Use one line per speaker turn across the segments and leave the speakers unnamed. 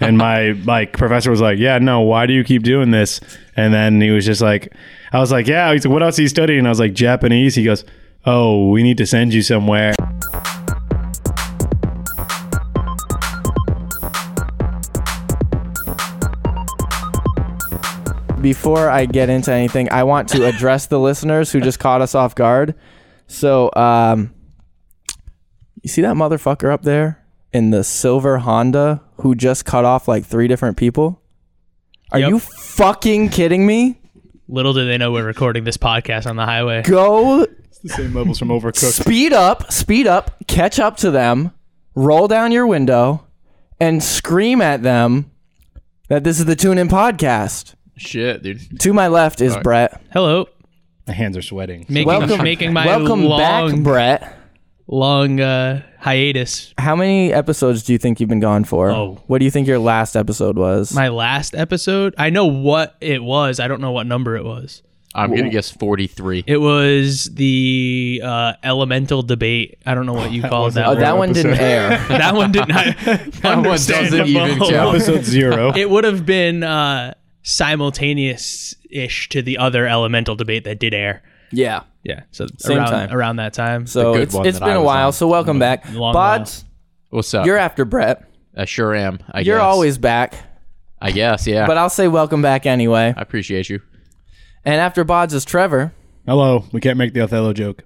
And my like professor was like, "Yeah, no, why do you keep doing this?" And then he was just like, "I was like, yeah." He's like, "What else are you studying?" And I was like, "Japanese." He goes, "Oh, we need to send you somewhere."
Before I get into anything, I want to address the listeners who just caught us off guard. So, um, you see that motherfucker up there in the silver Honda who just cut off like three different people? Are
Yep.
you fucking kidding me?
Little do they know we're recording this podcast on the highway.
Go
The same levels from Overcooked.
speed up, speed up, catch up to them, roll down your window, and scream at them that this is the Tune In podcast.
Shit, dude.
To my left is Brett.
Hello,
My hands are sweating.
making
Welcome-
making my
Welcome back,
long
Brett.
long uh, hiatus.
How many episodes do you think you've been gone for?
Oh.
What do you think your last episode was?
My last episode, I know what it was. I don't know what number it was.
I'm gonna guess 43.
It was the uh, elemental debate. I don't know what you called that.
oh,
one.
that one didn't air.
that one didn't. I, that
one doesn't even count.
Episode zero.
It would have been uh, simultaneous ish to the other elemental debate that did air.
yeah.
Yeah, so
Same
around
time.
around that time.
So
good
it's,
one
it's
that
been
I
a
was
while.
on.
So welcome back.
Long
Bods,
What's up?
you're after Brett.
I sure am. I
You're
guess.
always back,
I guess. Yeah.
but I'll say welcome back anyway.
I appreciate you.
And after Bods is Trevor.
Hello, we can't make the Othello joke.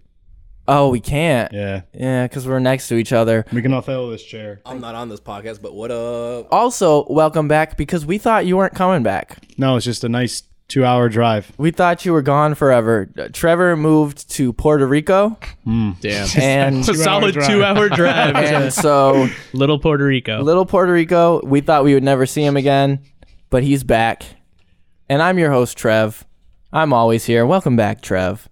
Oh, we can't.
Yeah,
Yeah, because we're next to each other.
we can Othello this chair.
I'm not on this podcast, but what up?
Also, welcome back because we thought you weren't coming back.
No, it's just a nice two-hour drive.
We thought you were gone forever. Uh, Trevor moved to Puerto Rico,
Damn.
and
It's a solid two hour drive.
and so
Little Puerto Rico.
little Puerto Rico. We thought we would never see him again, but he's back. And I'm your host, Trev. I'm always here. Welcome back, Trev.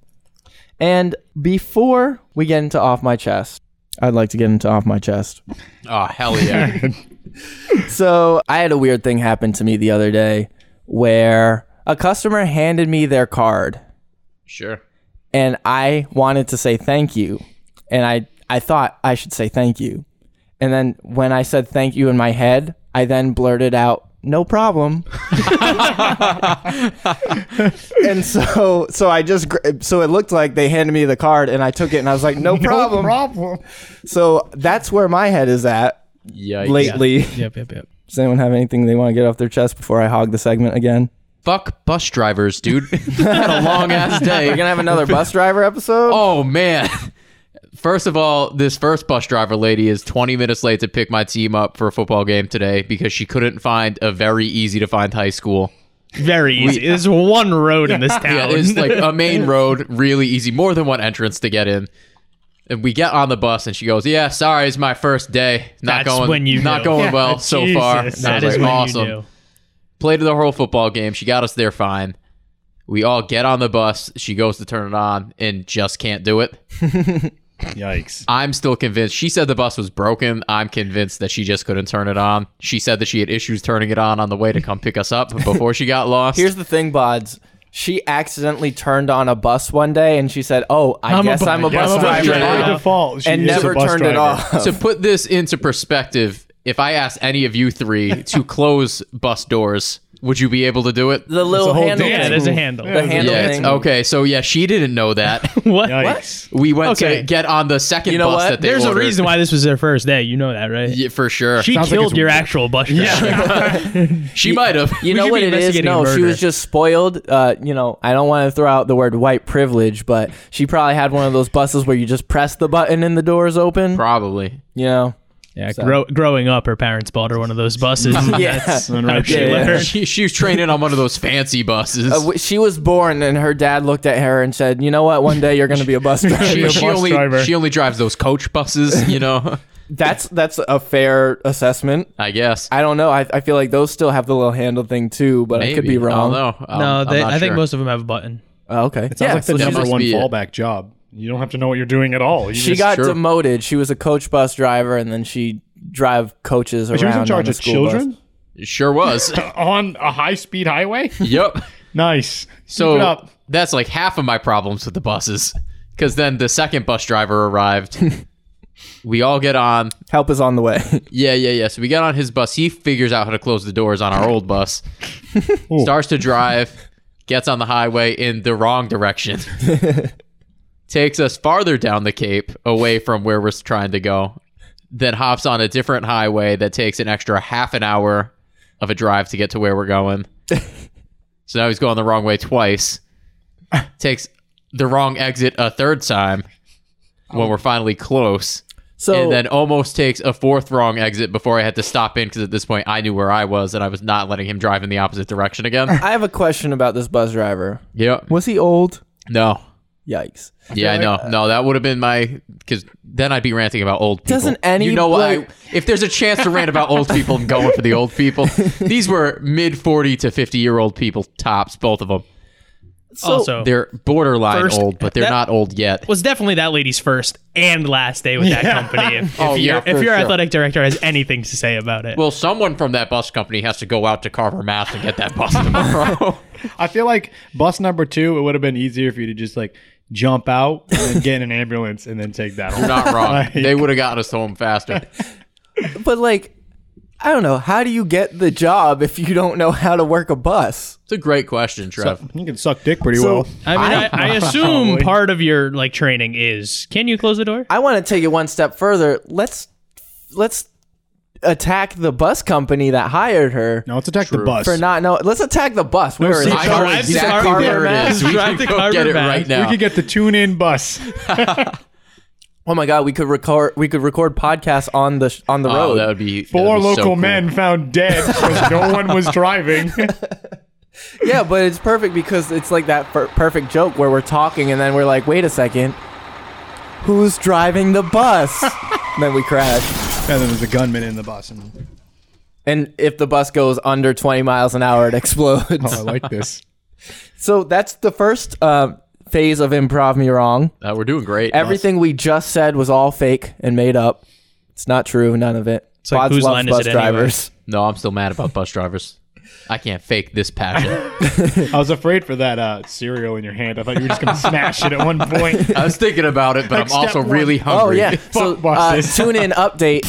And before we get into off my chest, I'd like to get into off my chest.
oh hell yeah.
So I had a weird thing happen to me the other day where a customer handed me their card
sure.
and I wanted to say thank you. And I, I thought I should say thank you. And then when I said thank you in my head, I then blurted out, no problem. and so, so I just, gr- so it looked like they handed me the card and I took it and I was like, no problem.
problem.
So that's where my head is at
Yikes.
lately.
Yep, yep, yep.
Does anyone have anything they want to get off their chest before I hog the segment again?
Fuck bus drivers, dude. Had a long ass day.
We're gonna have another bus driver episode.
Oh man. First of all, this first bus driver lady is 20 minutes late to pick my team up for a football game today because she couldn't find a very easy to find high school.
Very easy. There's one road in this
Yeah,
town.
it's like a main road, really easy, more than one entrance to get in. And we get on the bus, and she goes, "Yeah, sorry, it's my first day. Not
That's
going,
when you
not
know.
going
Yeah.
well so far."
Jesus,
And I
That
was
is
like,
when
awesome.
you knew.
Played the whole football game. She got us there fine. We all get on the bus. She goes to turn it on, and just can't do it.
Yikes.
I'm still convinced. She said the bus was broken. I'm convinced that she just couldn't turn it on. She said that she had issues turning it on on the way to come pick us up before she got lost.
Here's the thing, Bods. She accidentally turned on a bus one day and she said, "Oh, I
I'm a
guess
bu-
I'm a
yeah,
bus
I'm a bus
driver,"
driver.
By
now,"
default, she
and
is a
never
bus
turned it
driver.
off.
to put this into perspective, if I asked any of you three to close bus doors, would you be able to do it?
The little
whole
handle.
dance
Yeah,
thing.
there's a handle.
the handle
Yeah, it's,
thing.
okay, so yeah, she didn't know that.
what?
Yikes.
We went
Okay.
to get on the second
You know
bus
what?
that they
There's
ordered.
a reason why this was their first day. You know that, right?
Yeah, for sure.
She
She,
Sounds like
killed
it's-
your actual bus driver.
might have.
You know
should
what
be
it is?
investigating
No, she
murder.
was just spoiled. Uh, you know, I don't want to throw out the word white privilege, but she probably had one of those buses where you just press the button and the doors open.
Probably.
you know.
Yeah, grow, growing up, her parents bought her one of those buses.
Yeah.
That's
And
how
right
she
there.
learned.
She, she was training on one of those fancy buses.
Uh, w- she was born, and her dad looked at her and said, "You know what? One day you're going to be a bus driver."
she,
a
she
bus
only
driver.
she only drives those coach buses, you know.
that's that's a fair assessment.
I guess.
I don't know. I, I feel like those still have the little handle thing too, but I could be
Maybe.
wrong.
I don't know. Um,
No,
I'm
they,
not
I think
sure.
most of them have a button.
Oh, okay.
Sounds like the
so
that
number
must
one
be it.
fallback job. You don't have to know what you're doing at all. You
she
just-
got
true.
demoted. She was a coach bus driver, and then she drive coaches around.
she was in
on
charge
the
of
school
children.
bus.
It sure was.
on a high speed highway?
yep.
nice. Keep it
So
up.
that's like half of my problems with the buses. Because then the second bus driver arrived We all get on.
Help is on the way.
Yeah, yeah, yeah. So we get on his bus. He figures out how to close the doors on our old bus. Starts to drive, gets on the highway in the wrong direction. Takes us farther down the Cape, away from where we're trying to go. Then hops on a different highway that takes an extra half an hour of a drive to get to where we're going. so now he's going the wrong way twice. Takes the wrong exit a third time when we're finally close
So
and then almost takes a fourth wrong exit before I had to stop in because at this point I knew where I was and I was not letting him drive in the opposite direction again.
I have a question about this bus driver.
yep.
Was he old?
No.
Yikes.
Yeah, I
uh,
know. No, that would have been my because then I'd be ranting about old people.
Doesn't any-
you know what? I,
like-
if there's a chance to rant about old people, I'm going for the old people. These were mid forty to fifty year old people tops, both of them.
So,
also, there
They're borderline
Oh. First-
old, but they're
that-
not old yet.
was definitely that lady's first and last day with that company. If,
Oh,
if,
yeah,
your-
for
if your
sure.
athletic director has anything to say about it,
Well, someone from that bus company has to go out to Carver, Mass, and get that bus tomorrow.
I feel like bus number two, it would have been easier for you to just like jump out and then get in an ambulance and then take that.
You're
home.
not wrong.
Like-
they would have gotten us home faster.
but like, I don't know. How do you get the job if you don't know how to work a bus?
It's a great question, Trev.
You can suck dick pretty
So-
well.
I mean, I, I assume part of your like training is can you close the door?
I want to take it one step further. Let's let's attack the bus company that hired her
No, it's attack the bus.
for not know. Let's attack the bus. Where is
see,
it?
I
Drive
know
to
exactly
Carver,
where it
man.
is. We
Drive
can
to
go
Carver,
get it
man.
right
We
we
now.
could get the tune in bus.
Oh my god, we could record we could record podcasts on the sh- on the
Oh,
road.
that would be that
Four
would be so
local
cool.
men found dead because no one was driving.
Yeah, but it's perfect because it's like that per- perfect joke where we're talking and then we're like, wait a second, who's driving the bus? and then we crash.
And then there's a gunman in the bus. And,
And if the bus goes under 20 miles an hour, it explodes.
oh, I like this.
so that's the first uh, phase of improv me wrong.
Uh, we're doing great.
Everything we just said was all fake and made up. It's not true, none of it. It's
like, whose line is it anyway?
no, I'm still mad about bus drivers. I can't fake this passion.
I was afraid for that uh, cereal in your hand. I thought you were just going to smash it at one point.
I was thinking about it, but I'm
step
also
one.
really
Oh
hungry.
yeah. so uh,
buses.
tune in update.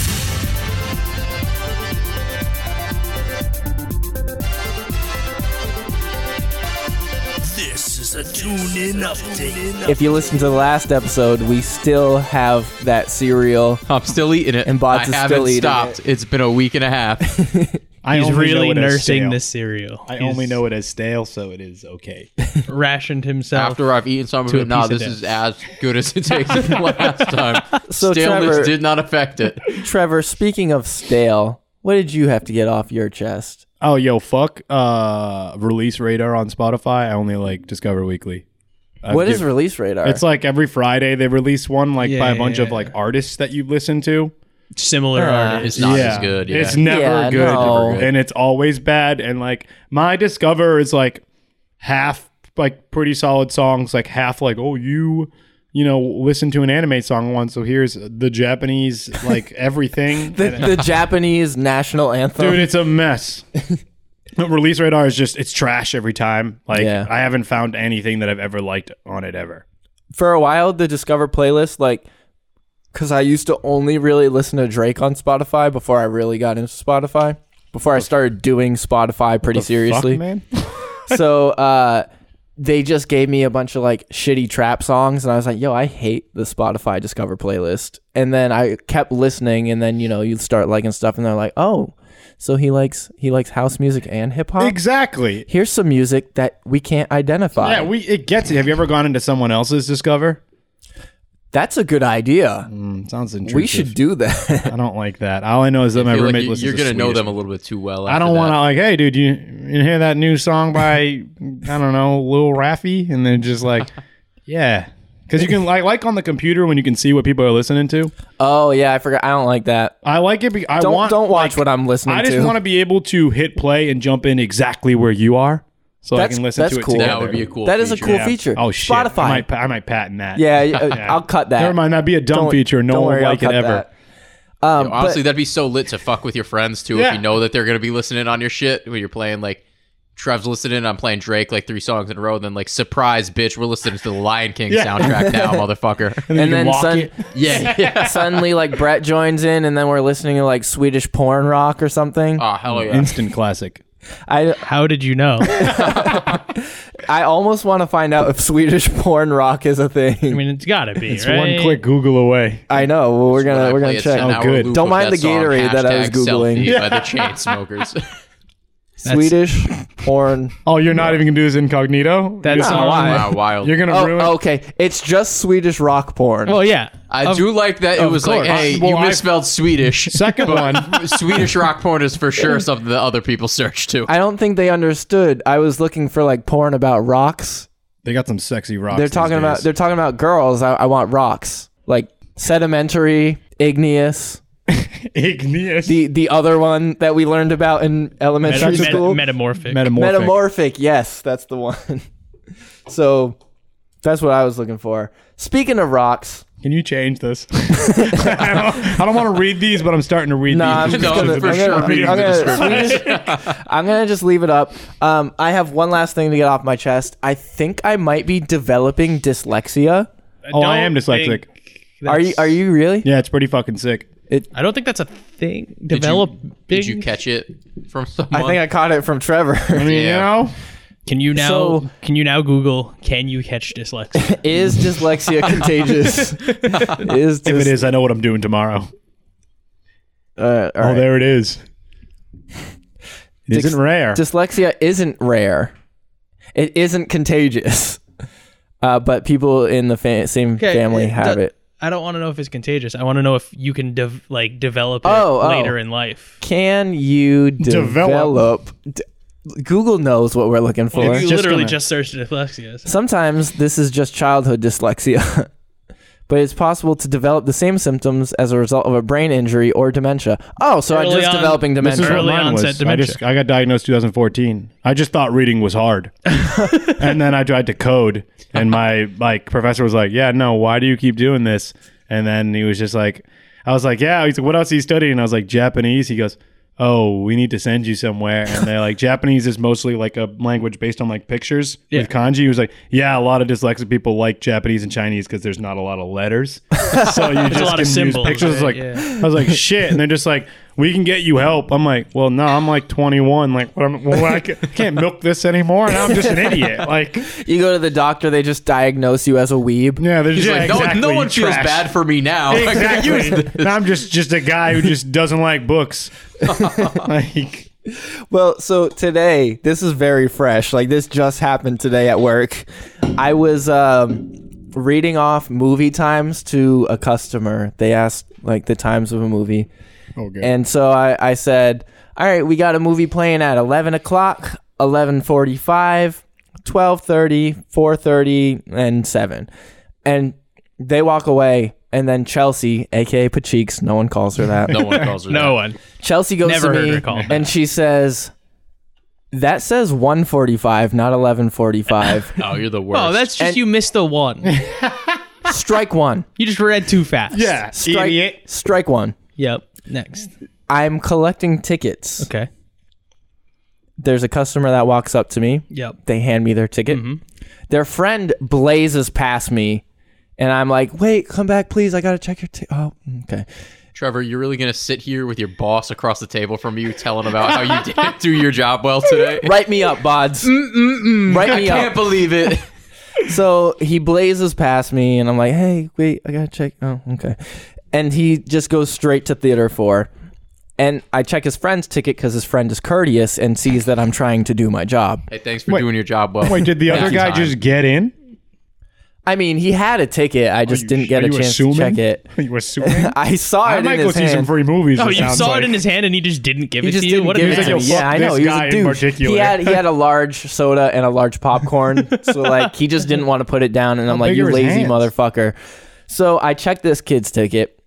This is a tune in update.
If you listen to the last episode, we still have that cereal.
I'm still eating it.
And Bots
I
is
haven't
still eating
stopped. It. has been a week and a half.
I
He's
only know
really
it as
nursing
stale.
this cereal.
I
He's
only know it as stale, so it is okay.
rationed himself.
After I've eaten some of
To a
it, no,
piece of
this is
dip.
as good as it tasted last time.
So,
Staleness
Trevor-
did not affect it.
Trevor, speaking of stale, what did you have to get off your chest?
Oh, yo, fuck. Uh, release radar on Spotify. I only like Discover Weekly. I
What
give-
is release radar?
It's like every Friday they release one like by a bunch of
Yeah.
like artists that you listen to.
similar
Uh,
artist.
It's not as good. Yeah.
It's never
Yeah,
good,
no.
and it's always bad. And like my Discover is like half like pretty solid songs, like half like oh you you know listen to an anime song once, so here's the Japanese like everything.
the, the Japanese national anthem.
Dude, it's a mess. Release radar is just it's trash every time. Like
Yeah.
I haven't found anything that I've ever liked on it ever.
For a while, the Discover playlist, like, because I used to only really listen to Drake on Spotify before I really got into Spotify, before I started doing Spotify pretty seriously.
Oh. Fuck, man.
so uh, they just gave me a bunch of like shitty trap songs, and I was like, "Yo, I hate the Spotify Discover playlist." And then I kept listening, and then you know you start liking stuff, and they're like, "Oh, so he likes he likes house music and hip hop."
Exactly.
Here's some music that we can't identify.
Yeah, we it gets it. Have you ever gone into someone else's Discover?
That's a good idea.
Mm, sounds intrusive.
We should do that.
I don't like that. All I know is that my
I feel like
roommate
you-
listens
you're
to
gonna know
Swedish.
them a little bit too well.
I
after
don't
that.
want to like, hey, dude, you, you hear that new song by I don't know Lil Raffy, and then just like, yeah, because you can like like on the computer when you can see what people are listening to.
oh yeah, I forgot. I don't like that.
I like it. Be- I
Don't
want
don't watch
like,
what I'm listening
I
to.
just want to be able to hit play and jump in exactly where you are, so I
That's-
can listen
that's
to it.
cool.
Together.
That would be a cool.
That is a
feature.
cool
Yeah.
feature.
Oh shit!
Spotify.
I might, pa- I might patent that.
yeah, uh, I'll cut that.
Never mind. That'd be a dumb
Don't-
feature. No
don't
one
worry,
will
I'll
like it
cut
ever.
that. Um,
Yo,
but-
honestly, that'd be so lit to fuck with your friends too
Yeah.
if you know that they're gonna be listening on your shit when you're playing like Trev's listening. I'm playing Drake like three songs in a row. And then like surprise, bitch, we're listening to the Lion King
Yeah.
soundtrack now, motherfucker.
you
and then
walk
sun,
it.
yeah, yeah.
suddenly like Brett joins in, and then we're listening to like Swedish porn rock or something.
Oh hell yeah.
uh,
Instant classic.
I
How did you know? I
I almost want to find out if Swedish porn rock is a thing. I,
mean, it's got to be.
It's
right?
one quick Google away.
know. Well, we're gonna we're gonna check.
Oh, good.
Don't mind the Gatorade that I was Googling.
Yeah. By the chain smokers.
Swedish porn.
Oh, you're not even gonna do this incognito.
That's
You're-
not why.
wow, wild.
You're gonna ruin.
Oh, okay. It's just Swedish rock porn.
Oh.
Well, yeah.
I
Of-
do like that it was
course.
like, hey,
Well,
you
I-
misspelled Swedish.
Second one.
Swedish rock porn is for sure something that other people search too.
I don't think they understood. I was looking for like porn about rocks.
They got some sexy rocks.
They're
these
talking about
days.
they're talking about girls. I, I want rocks like sedimentary, igneous.
igneous.
The the other one that we learned about in elementary
Meta-
school.
metamorphic.
metamorphic.
Metamorphic. Yes, that's the one. so that's what I was looking for. Speaking of rocks,
Can you change this? I don't, I don't want to read these, but I'm starting to read
no, I'm
these.
just
No,
gonna,
for
I'm
sure,
gonna,
reading
I'm
the
gonna- I'm gonna just leave it up. Um, I have one last thing to get off my chest. I think I might be developing dyslexia.
oh, I
don't
am dyslexic.
think
Are you?
that's-
Are you really?
Yeah, it's pretty fucking sick.
I don't think that's a thing.
Did you-
Develop.
Did you catch it from someone?
I think I caught it from Trevor.
I mean,
Yeah.
you know,
Can you now?
So-
can you now Google? Can you catch dyslexia?
is dyslexia contagious? is dys-
if it is, I know what I'm doing tomorrow.
Uh, all
Oh,
right.
there it is. It
Dyx-
isn't rare.
dyslexia isn't rare. It isn't contagious. Uh, but people in the fa- same family
it
have
do-
it.
I don't want to know if it's contagious. I want to know if you can dev- like develop it
Oh, oh.
later in life.
Can you develop?
Develop.
d- Google knows what we're looking for.
It's
you
just
literally
gonna-
just searched dyslexia. So-
Sometimes this is just childhood dyslexia, but it's possible to develop the same symptoms as a result of a brain injury or dementia. Oh, so I'm
Early
just
on-
developing
This
dementia.
is what
Early
mine was.
onset
I
dementia.
just I got diagnosed 2014. I just thought reading was hard, and then I tried to code, and my like professor was like, "Yeah, no, why do you keep doing this?" And then he was just like, "I was like, yeah." He's like, "What else are you studying?" And I was like, "Japanese." He goes, "Oh, we need to send you somewhere." And they're like, "Japanese is mostly like a language based on like pictures with kanji." He was like, "Yeah, a lot of dyslexic people like Japanese and Chinese because there's not a lot of letters, so you just
a lot
can
of symbols,
use pictures."
right?
Like,
Yeah.
I was like, shit. And they're just like, we can get you help. I'm like, well, no, I'm like 21. Like, what am, well, I ca- I can't milk this anymore. And I'm just an idiot. Like,
you go to the doctor, they just diagnose you as a weeb.
yeah, there's
He's
yeah,
like, no,
exactly,
no
you
one feels
trash.
bad for me now. I can use
Exactly.
this.
and I'm just just a guy who just doesn't like books. like,
Well, so today, this is very fresh. Like this just happened today at work. I was um, reading off movie times to a customer. They asked like the times of a movie.
okay.
And so I, I said, all right, we got a movie playing at 11 o'clock, 11.45, 12.30, 4.30, and 7. And they walk away. And then Chelsea, a.k.a. Pacheeks, no one calls her that.
No one calls her.
no
that.
one.
Chelsea goes
Never
to
heard
me
her call.
and she says, that says 1.45, not 11.45.
No, you're the worst.
Oh, that's just
And-
you missed the one.
strike one.
You just read too fast.
yeah,
Strike,
idiot.
strike one.
Yep. Next.
I'm collecting tickets.
Okay.
There's a customer that walks up to me.
Yep.
they hand me their ticket.
Mm-hmm.
Their friend blazes past me, and I'm like, "Wait, come back, please! I gotta check your ticket." Oh, okay.
Trevor, you're really gonna sit here with your boss across the table from you, telling about how you didn't do your job well today.
Write me up, Bods. Write
I
me
can't
up.
believe it.
so he blazes past me, and I'm like, "Hey, wait, I gotta check." Oh, okay. And he just goes straight to theater four, and I check his friend's ticket because his friend is courteous and sees that I'm trying to do my job.
Hey, thanks for doing your job well.
Wait, did the other
Thank
guy
you.
just get in?
I mean, he had a ticket. I just
You-
didn't get
are
a
you
chance
assuming?
to check it.
Are you assuming?
I saw
I
it
might
in
go
his
see some
hand.
free movies.
Oh,
it
you
sounds
saw
like.
it in his hand and he just didn't give
He
it
just
to you.
didn't
What a
give it
He's
to
like, "Yo,
me.
douche.
Yeah,
fuck
I know.
this
He was
guy
a
in
douche.
particular."
He had he had a large soda and a large popcorn, so like he just didn't want to put it down. And I'm like,
big
you
are his
lazy
hands?"
motherfucker. So I check this kid's ticket,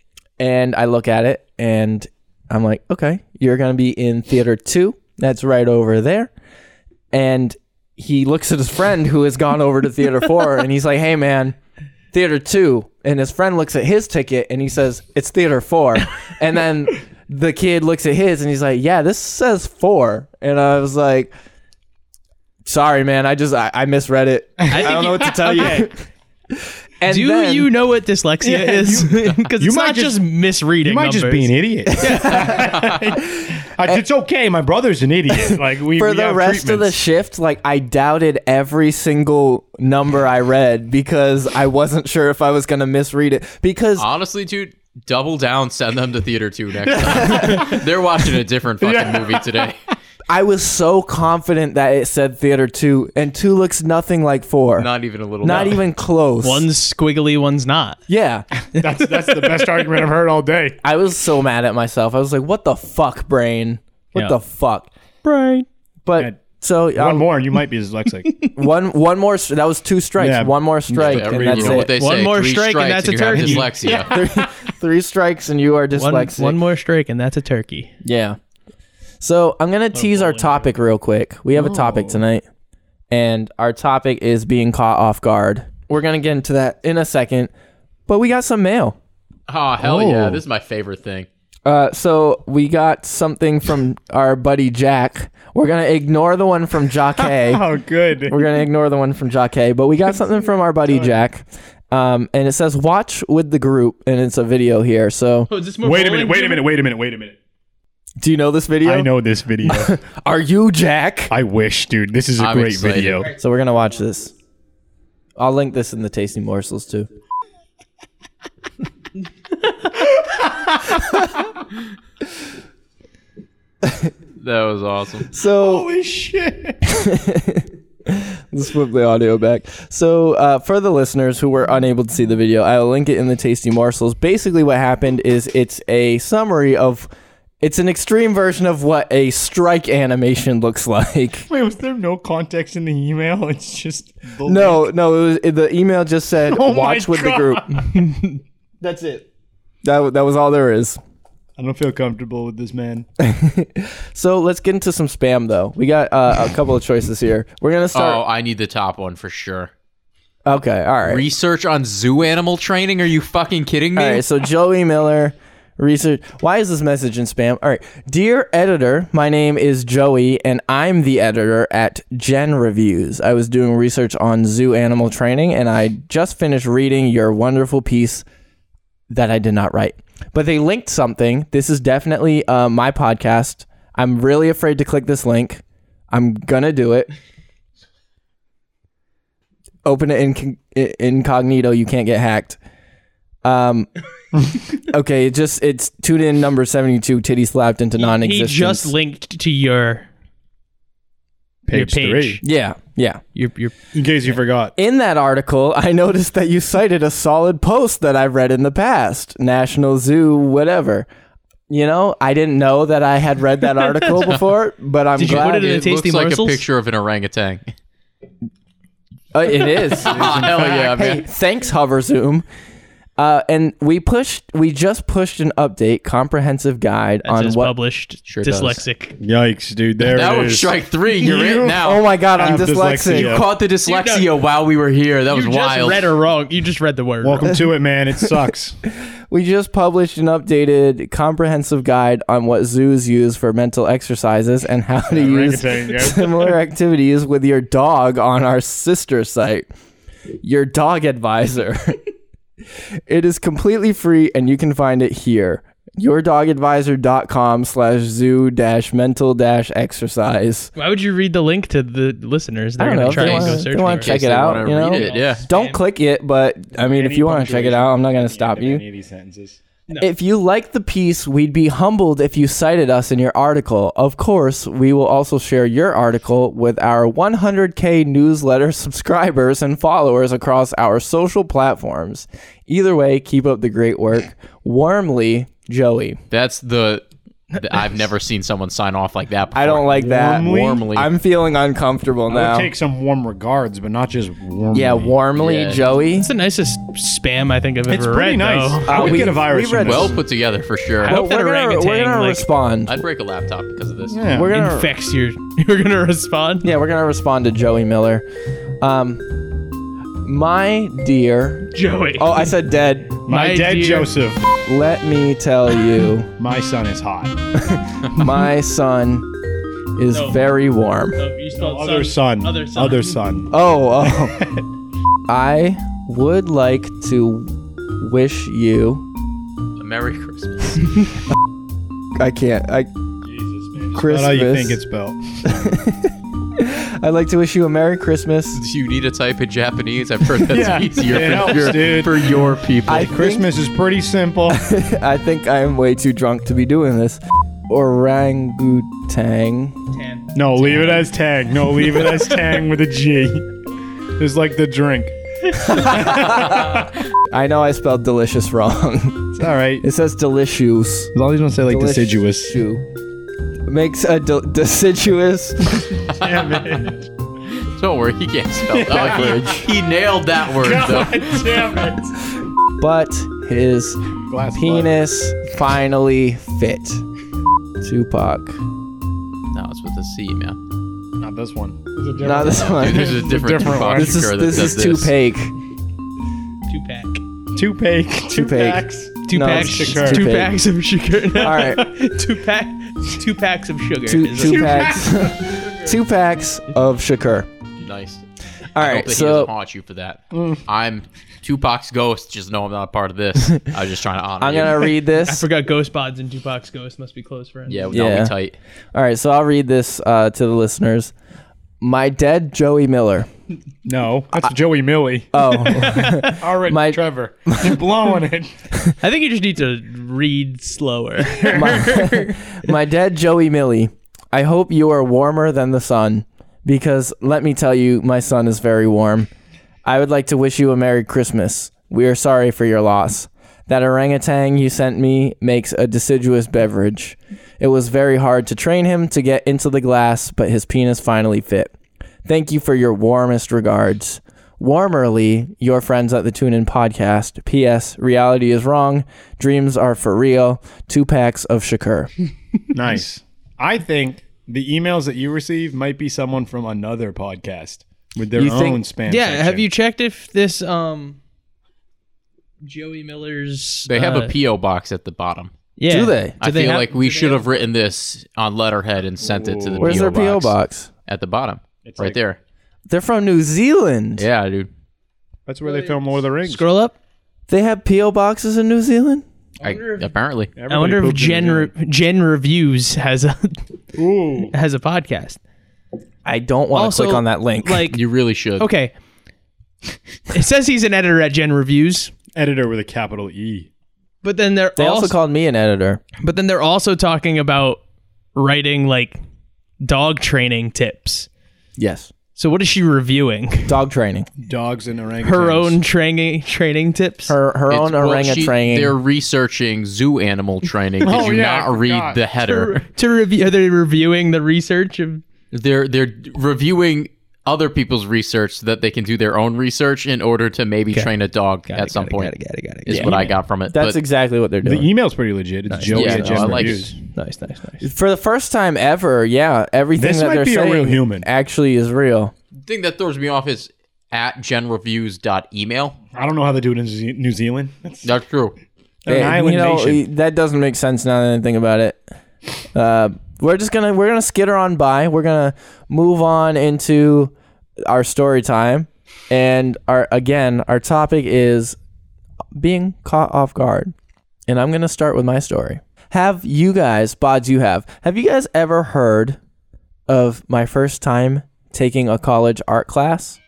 and I look at it, and I'm like, okay, you're gonna be in theater two. That's right over there. And he looks at his friend who has gone over to theater four, and he's like, hey man, theater two and his friend looks at his ticket and he says it's theater four and then the kid looks at his and he's like yeah this says four and i was like Sorry, man. I just I, I misread it. I,
think
don't
you-
know what to tell you. and
Do
then-
you know what dyslexia is? Because it's
might
not
just-
just, misreading.
You might just be an
numbers.
idiot. I- it's okay. My brother's an idiot. Like we
for
we
the
have
rest of the
treatments.
shift, like I doubted every single number I read because I wasn't sure if I was gonna misread it. Because
Honestly, dude, double down. Send them to theater two next time. They're watching a different fucking movie today.
I was so confident that it said theater two, and two looks nothing like four.
Not even a little.
Not
bit.
even close.
One's squiggly, one's not.
Yeah.
that's that's the best argument I've heard all day.
I was so mad at myself. I was like, what the fuck, brain? What
Yeah.
the fuck?
Right.
But
Good.
so
One
um,
more, and you might be dyslexic.
one one more str- that was two strikes.
Yeah.
One more strike
Every-
and
you know what
that's
they
it.
say?
One more
three
strike and
strikes
that's a
you have
turkey.
Dyslexia.
Three strikes and you are
One,
dyslexic.
one more strike, and that's a turkey.
Yeah. So I'm gonna tease our topic real quick. We have a topic tonight, and our topic is being caught off guard. We're gonna get into that in a second, but we got some mail.
Oh hell yeah! This is my favorite thing.
Uh, so we got something from our buddy Jack. We're gonna ignore the one from Jockey.
oh, good.
We're gonna ignore the one from Jockey, but we got something from our buddy Jack. Um, and it says watch with the group, and it's a video here. So
Oh, is this more
Wait a minute. Wait a minute. Wait a minute. Wait a minute.
do you know this video?
I know this video.
Are you Jack?
I wish, dude. This is a
I'm
great
excited.
video.
So we're gonna watch this. I'll link this in the tasty morsels too.
That was awesome.
So
Holy shit.
let's flip the audio back. So uh, for the listeners who were unable to see the video, I'll link it in the tasty morsels. Basically, what happened is it's a summary of. It's an extreme version of what a strike animation looks like.
Wait, was there no context in the email? It's just
No, no, it was it, the email just said
Oh my
watch with the
God.
group. That's it. That w- that was all there is.
I don't feel comfortable with this man.
So let's get into some spam though. We got uh, a couple of choices here. We're gonna
Oh,
start.
I need the top one for sure.
okay, all right.
Research on zoo animal training? Are you fucking kidding me?
All right, so Joey Miller research. Why is this message in spam? All right, dear editor, my name is Joey, and I'm the editor at Gen Reviews. I was doing research on zoo animal training, and I just finished reading your wonderful piece that I did not write. But they linked something. This is definitely uh, my podcast. I'm really afraid to click this link. I'm gonna do it. Open it in, incognito. You can't get hacked. Um. okay, it just it's tuned in number seventy-two. Titty slapped into
He
non-existence.
just linked to your
Page,
your
three.
page.
yeah, yeah.
Your your
In case you forgot.
In that article, I noticed that you cited a solid post that I've read in the past, National Zoo, whatever. You know, I didn't know that I had read that article before, but I'm
Did you
glad
put it in
it
the tasty
looks like
morsels?
a picture of an orangutan.
Uh, it is.
Ah, hell yeah,
hey,
man.
thanks, HoverZoom. Uh, and we pushed, we just pushed an update, comprehensive guide
that's
on
just
what.
published
Sure does.
dyslexic.
Yikes, dude. There
That
it
was
is.
strike three. You're
You-
in now.
Oh my God, I'm
I have
dyslexic.
dyslexia.
Caught the dyslexia while we were here. That was
You just
wild.
read her wrong. You just read the word.
Welcome to it, man. It sucks.
We just published an updated, comprehensive guide on what zoos use for mental exercises and how to use
orangutan, yeah.
similar activities with your dog on our sister site, Your Dog Advisor. it is completely free and you can find it here. YourDogAdvisor.com slash zoo dash mental dash exercise.
Why would you read the link to the listeners? They're
I don't
gonna
know. if
try
they
and go
wanna-
search
they
for
want
it.
to check
they
it out.
wanna
You know,
read it, yeah.
don't click it, but I mean, if you want to check it out, I'm not going to stop you. If you like the piece, we'd be humbled if you cited us in your article. Of course, we will also share your article with our 100K newsletter subscribers and followers across our social platforms. Either way, keep up the great work. Warmly, Joey.
That's the. the- I've never seen someone sign off like that. Before.
I don't like that.
Warmly?
warmly.
I'm feeling uncomfortable
I
now.
would take some warm regards, but not just warm.
yeah, warmly,
Yeah.
Joey.
It's the nicest spam I think I've ever
It's
read.
pretty nice.
though.
I would
Uh, we-
get a virus.
we
from
read-
this.
well put together for sure.
I hope that
we're gonna,
orangutan,
we're gonna
like-
respond.
I'd break a laptop because of this.
yeah.
We're gonna
Infects your. You're gonna respond.
Yeah, we're gonna respond to Joey Miller. Um, my dear.
Joey.
Oh, I said dead.
my,
My
dead
dear-
Joseph.
Let me tell you,
My son is hot.
my son is very warm.
No, Oh, you spelled
Other son.
Other son.
Other son.
Oh, oh. I would like to wish you.
A Merry Christmas.
I can't. I
Jesus, man.
Christmas.
Not how you think it's spelled.
I'd like to wish you a Merry Christmas.
Do you need to type in Japanese? I've heard that's
Yeah,
easier
it
for,
helps,
your,
dude.
for your people.
I
Christmas is pretty simple.
Think, I think I am way too drunk to be doing this. Orangutan.
Tan.
No, leave it as Tang. No, leave it as Tang with a G. It's like the drink.
I know I spelled delicious wrong.
It's all right.
it says delicious.
As long as you don't say like
Delish-
deciduous.
shoe. Makes a de- deciduous.
Damn it.
Don't worry, he can't spell that. he, he nailed that word,
God
though.
damn it.
but his
Glass
penis finally fit. Tupac.
No, it's with a C, man.
bottle. Not this one.
Not this
Dude,
one.
there's a different,
Different one.
Tupac
this is
Shakur that
this
says
is
this.
Tupac.
Two pack.
Two pack. Two
Tupac.
packs.
Two
No,
packs.
it's
Shakur.
Two
Tupac.
packs of sugar.
All right.
two pack. Two packs of sugar.
Two,
is
two
it?
packs. two packs of Shakur.
Nice.
All
I hope
right,
that he doesn't
so
haunt you for that. I'm Tupac's ghost. Just know I'm not a part of this. I was just trying to honor
I'm
you.
gonna read
I
this.
forgot Ghost Pods and Tupac's Ghost must be close friends.
Yeah,
Yeah.
that'll be tight.
All right, so I'll read this uh, to the listeners. My dead Joey Miller.
No, that's Joey Millie.
Oh,
All right,
my-
Trevor. You're blowing it.
I think you just need to read slower.
my, my dead Joey Millie. I hope you are warmer than the sun, because let me tell you, my sun is very warm. I would like to wish you a Merry Christmas. We are sorry for your loss. That orangutan you sent me makes a deciduous beverage. It was very hard to train him to get into the glass, but his penis finally fit. Thank you for your warmest regards. Warmerly, your friends at the Tune In Podcast. P.S. Reality is wrong. Dreams are for real. Two packs of Shakur.
Nice. I think the emails that you receive might be someone from another podcast with their
You
own
think-
spam.
yeah.
section.
Have you checked if this um Joey Miller's
They have
uh,
a PO box at the bottom.
yeah.
Do they?
I
they
feel
have-
like we should have written this on letterhead and sent it to the
Where's
PO
their
box
P.O. box?
at the bottom, right
like-
there.
They're from New Zealand.
Yeah, dude.
That's where they film Lord of the Rings.
Scroll up.
They have P.O. boxes in New Zealand?
I, apparently,
Everybody
I wonder if
pooped in
Gen
the
Re- Gen Reviews has a
Ooh.
has a podcast.
I don't want to
Also,
click on that link.
Like
you really should.
okay, it says he's an editor at Gen Reviews,
editor with a capital E.
but then they're
they
also,
also called me an editor.
but then they're also talking about writing like dog training tips.
Yes.
So what is she reviewing?
Dog training.
Dogs and orangutans.
Her own training training tips.
Her her
It's-
own
well,
orangutan
she- They're researching zoo animal training. Did
Oh,
you
yeah, I
not read
forgot.
the header?
to review, are they reviewing the research of?
They're they're reviewing other people's research so that they can do their own research in order to maybe train a dog at some point. Is what I got from it.
That's
But
exactly what they're
The
doing.
email's pretty legit. It's Joey
Yeah,
at
no,
Gen
I like
Reviews.
Nice, nice, nice.
For the first time ever, yeah, everything
This
that
might
they're
be a
saying
real human.
actually is real.
the thing that throws me off is at genreviews.email.
I don't know how they do it in Ze- New Zealand. That's
That's true.
they're an
Hey,
island
you know,
nation.
that doesn't make sense now that I think about it. Uh, we're just gonna we're gonna skitter on by. We're gonna move on into our story time, and our again our topic is being caught off guard. And I'm gonna start with my story. Have you guys, Bods? You have have you guys ever heard of my first time taking a college art class?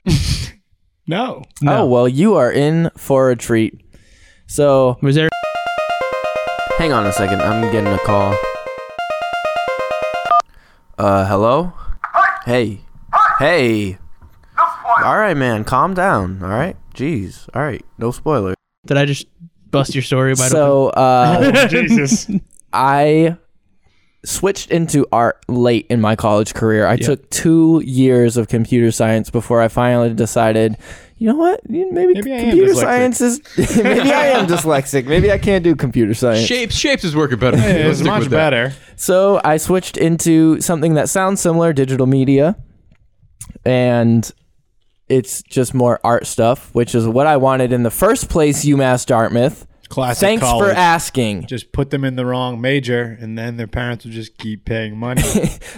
No.
Oh well, you are in for a treat. So
Was there?
Hang on a second, I'm getting a call. Uh, hello? Hey. Hey. Alright, man, calm down, alright? Jeez, alright, no spoilers.
Did I just bust your story? By
So, uh,
Jesus.
I switched into art late in my college career. I took two years of computer science before I finally decided, you know what? Maybe,
Maybe I am
computer
dyslexic.
science is. maybe I am dyslexic. Maybe I can't do computer science.
Shapes shapes is working better. Let's
it's
stick
much
with that.
better.
So I switched into something that sounds similar, digital media, and it's just more art stuff, which is what I wanted in the first place, UMass Dartmouth.
Classic
Thanks for
college.
asking.
Just put them in the wrong major, and then their parents will just keep paying money.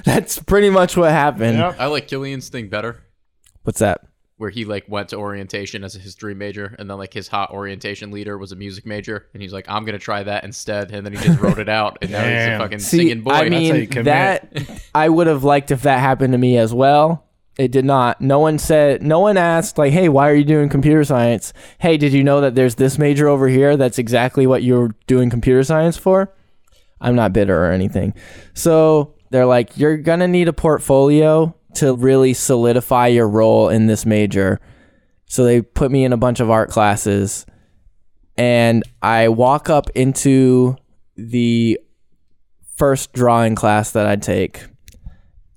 That's pretty much what happened.
Yep.
I like Killian's thing better,
What's that?
where he like went to orientation as a history major, and then like his hot orientation leader was a music major, and he's like, I'm gonna try that instead, and then he just wrote it out, and now he's a
Damn.
fucking
See,
singing boy.
I
how
mean
you commit.
that I would have liked if that happened to me as well. It did not. No one said. No one asked like, "Hey, why are you doing computer science?" Hey, did you know that there's this major over here that's exactly what you're doing computer science for? I'm not bitter or anything. So they're like, "You're gonna need a portfolio to really solidify your role in this major." So they put me in a bunch of art classes, and I walk up into the first drawing class that I take.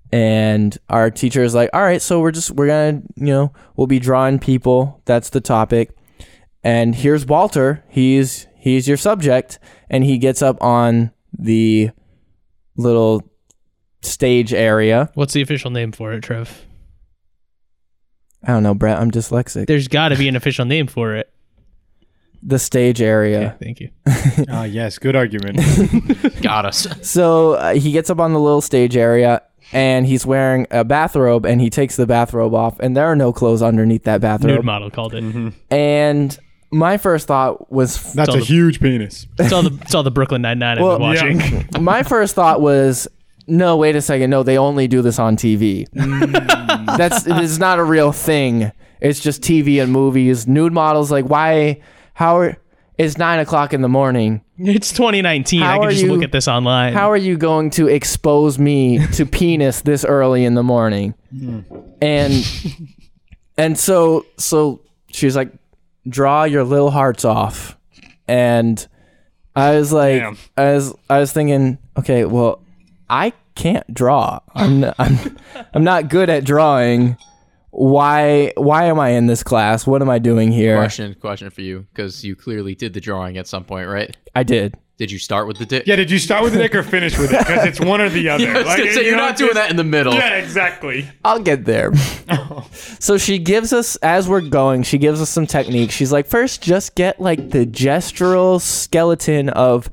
And our teacher is like, "All right, so we're just we're going to, you know, we'll be drawing people. That's the topic. And here's Walter. He's he's your subject and he gets up on the little stage area.
What's the official name for it, Trev?
I don't know, Brett, I'm dyslexic.
There's got to be an official name for it.
The stage
Yeah,
area.
thank you.
Ah, yes, good argument.
Got us.
So uh, he gets up on the little stage area and he's wearing a bathrobe and he takes the bathrobe off and there are no clothes underneath that bathrobe.
Nude model called it.
And my first thought was
That's a
Tell the-
huge penis.
It's all the it's all the Brooklyn Nine Nine I've
Well,
been watching.
my first thought was no, wait a second. No, they only do this on TV. That's it's not a real thing. It's just TV and movies. Nude models like why how are it's nine o'clock in the morning.
It's 2019.
How
I
are
can just
you-
look at this online.
How are you going to expose me to penis this early in the morning? And and so so she's like, draw your little hearts off. And I was like
Damn.
I was I was thinking, okay, well, I can't draw. I'm not, I'm I'm not good at drawing. Why why am I in this class? What am I doing here?
Question, question for you, because you clearly did the drawing at some point, right?
I did.
Did you start with the dick?
Yeah, did you start with the dick or finish with it? Because it's one or the other.
I was
Like,
gonna say
you
you're
know,
not doing
just-
that in the middle.
Yeah, exactly.
I'll get there. so she gives us, as we're going, she gives us some techniques. She's like, first, just get like the gestural skeleton of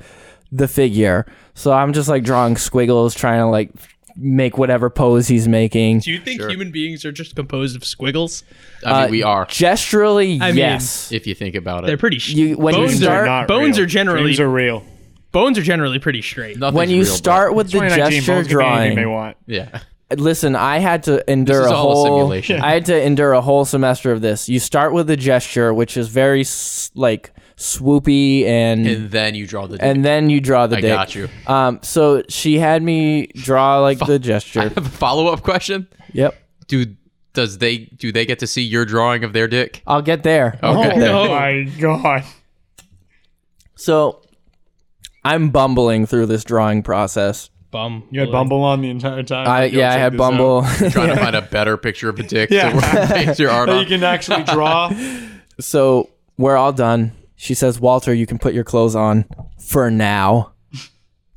the figure. So I'm just like drawing squiggles, trying to like make whatever pose he's making.
Do you think human beings are just composed of squiggles?
I mean, we
Uh,
are.
Gesturally,
I mean-
yes.
If you think about
They're
it,
pretty. Sh-
You- when you
bones
start-
are
Not
bones
real.
are generally
Dreams are real.
bones are generally pretty straight.
Nothing's
when you
real, bro.
start with the
2019
gesture
bones could be anything they
drawing,
want.
yeah,
listen, I had to endure
is
a
all a
whole
simulation.
I had to endure a whole semester of this. You start with the gesture, which is very s- like swoopy
and then you draw the. Dick.
and then you draw the
I
dick.
got you.
Um, so she had me draw like the gesture.
Follow up question:
yep,
Do does they do they get to see your drawing of their dick?
I'll get there. Uh-huh. I'll
Okay.
get there.
Oh my god.
So I'm bumbling through this drawing process.
Bum.
You had Bumble on the entire time.
I
Yo,
yeah, I
check
had
this out.
Bumble.
Trying to find a better picture of a dick
Yeah.
to paint your art
That
on.
you can actually draw.
so we're all done. She says, "Walter, you can put your clothes on for now."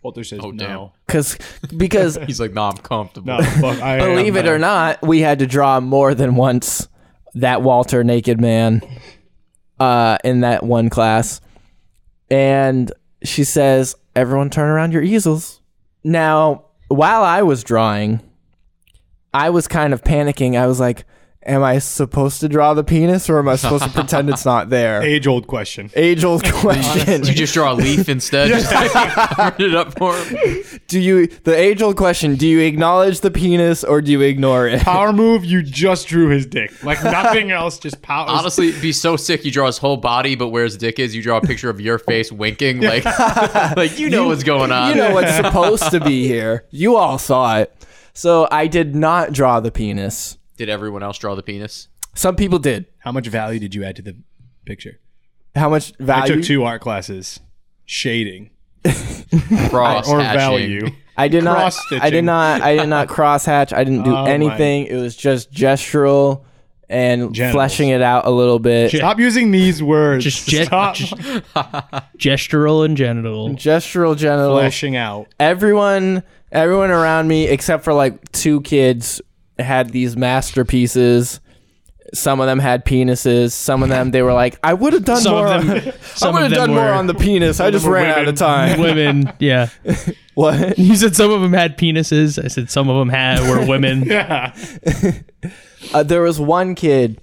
Walter says
Oh, damn.
no.
Cause, because
He's like, nah, I'm comfortable.
No, fuck, I am
believe it
not.
or not, we had to draw more than once that Walter naked man uh, in that one class. And she says, Everyone turn around your easels. Now, while I was drawing, I was kind of panicking. I was like, Am I supposed to draw the penis or am I supposed to pretend it's not there?
Age old question.
Age old question.
You just draw a leaf instead. Just covered it up for him.
Do you, the age old question, do you acknowledge the penis or do you ignore it?
Power move, you just drew his dick. Like nothing else, just power.
Honestly, it'd be so sick. You draw his whole body, but where his dick is, you draw a picture of your face winking, like, like you know what's going on.
you know what's supposed to be here. You all saw it. So I did not draw the penis.
Did everyone else draw the penis?
Some people did.
How much value did you add to the picture?
How much
I
value?
took two art classes. Shading
Cross
or
hatching.
value.
I did not.
Cross-stitching.
I did not. I did not cross hatch. I didn't do
Oh, my.
anything. It was just gestural and
Genitals.
fleshing it out a little bit.
Stop using these words.
Just jet-
Stop
just- Gestural and genital.
gestural genitals.
fleshing out.
Everyone, everyone around me, except for like two kids, had these masterpieces, Some of them had penises. Some of them they were like, I would have done
Some
more.
of
on-
them-
I
some
would have
of them
done more
were-
on the penis. I just
were
ran out
women.
of time.
women. Yeah,
what?
you said some of them had penises. I said some of them had were women.
Yeah.
Uh, there was one kid.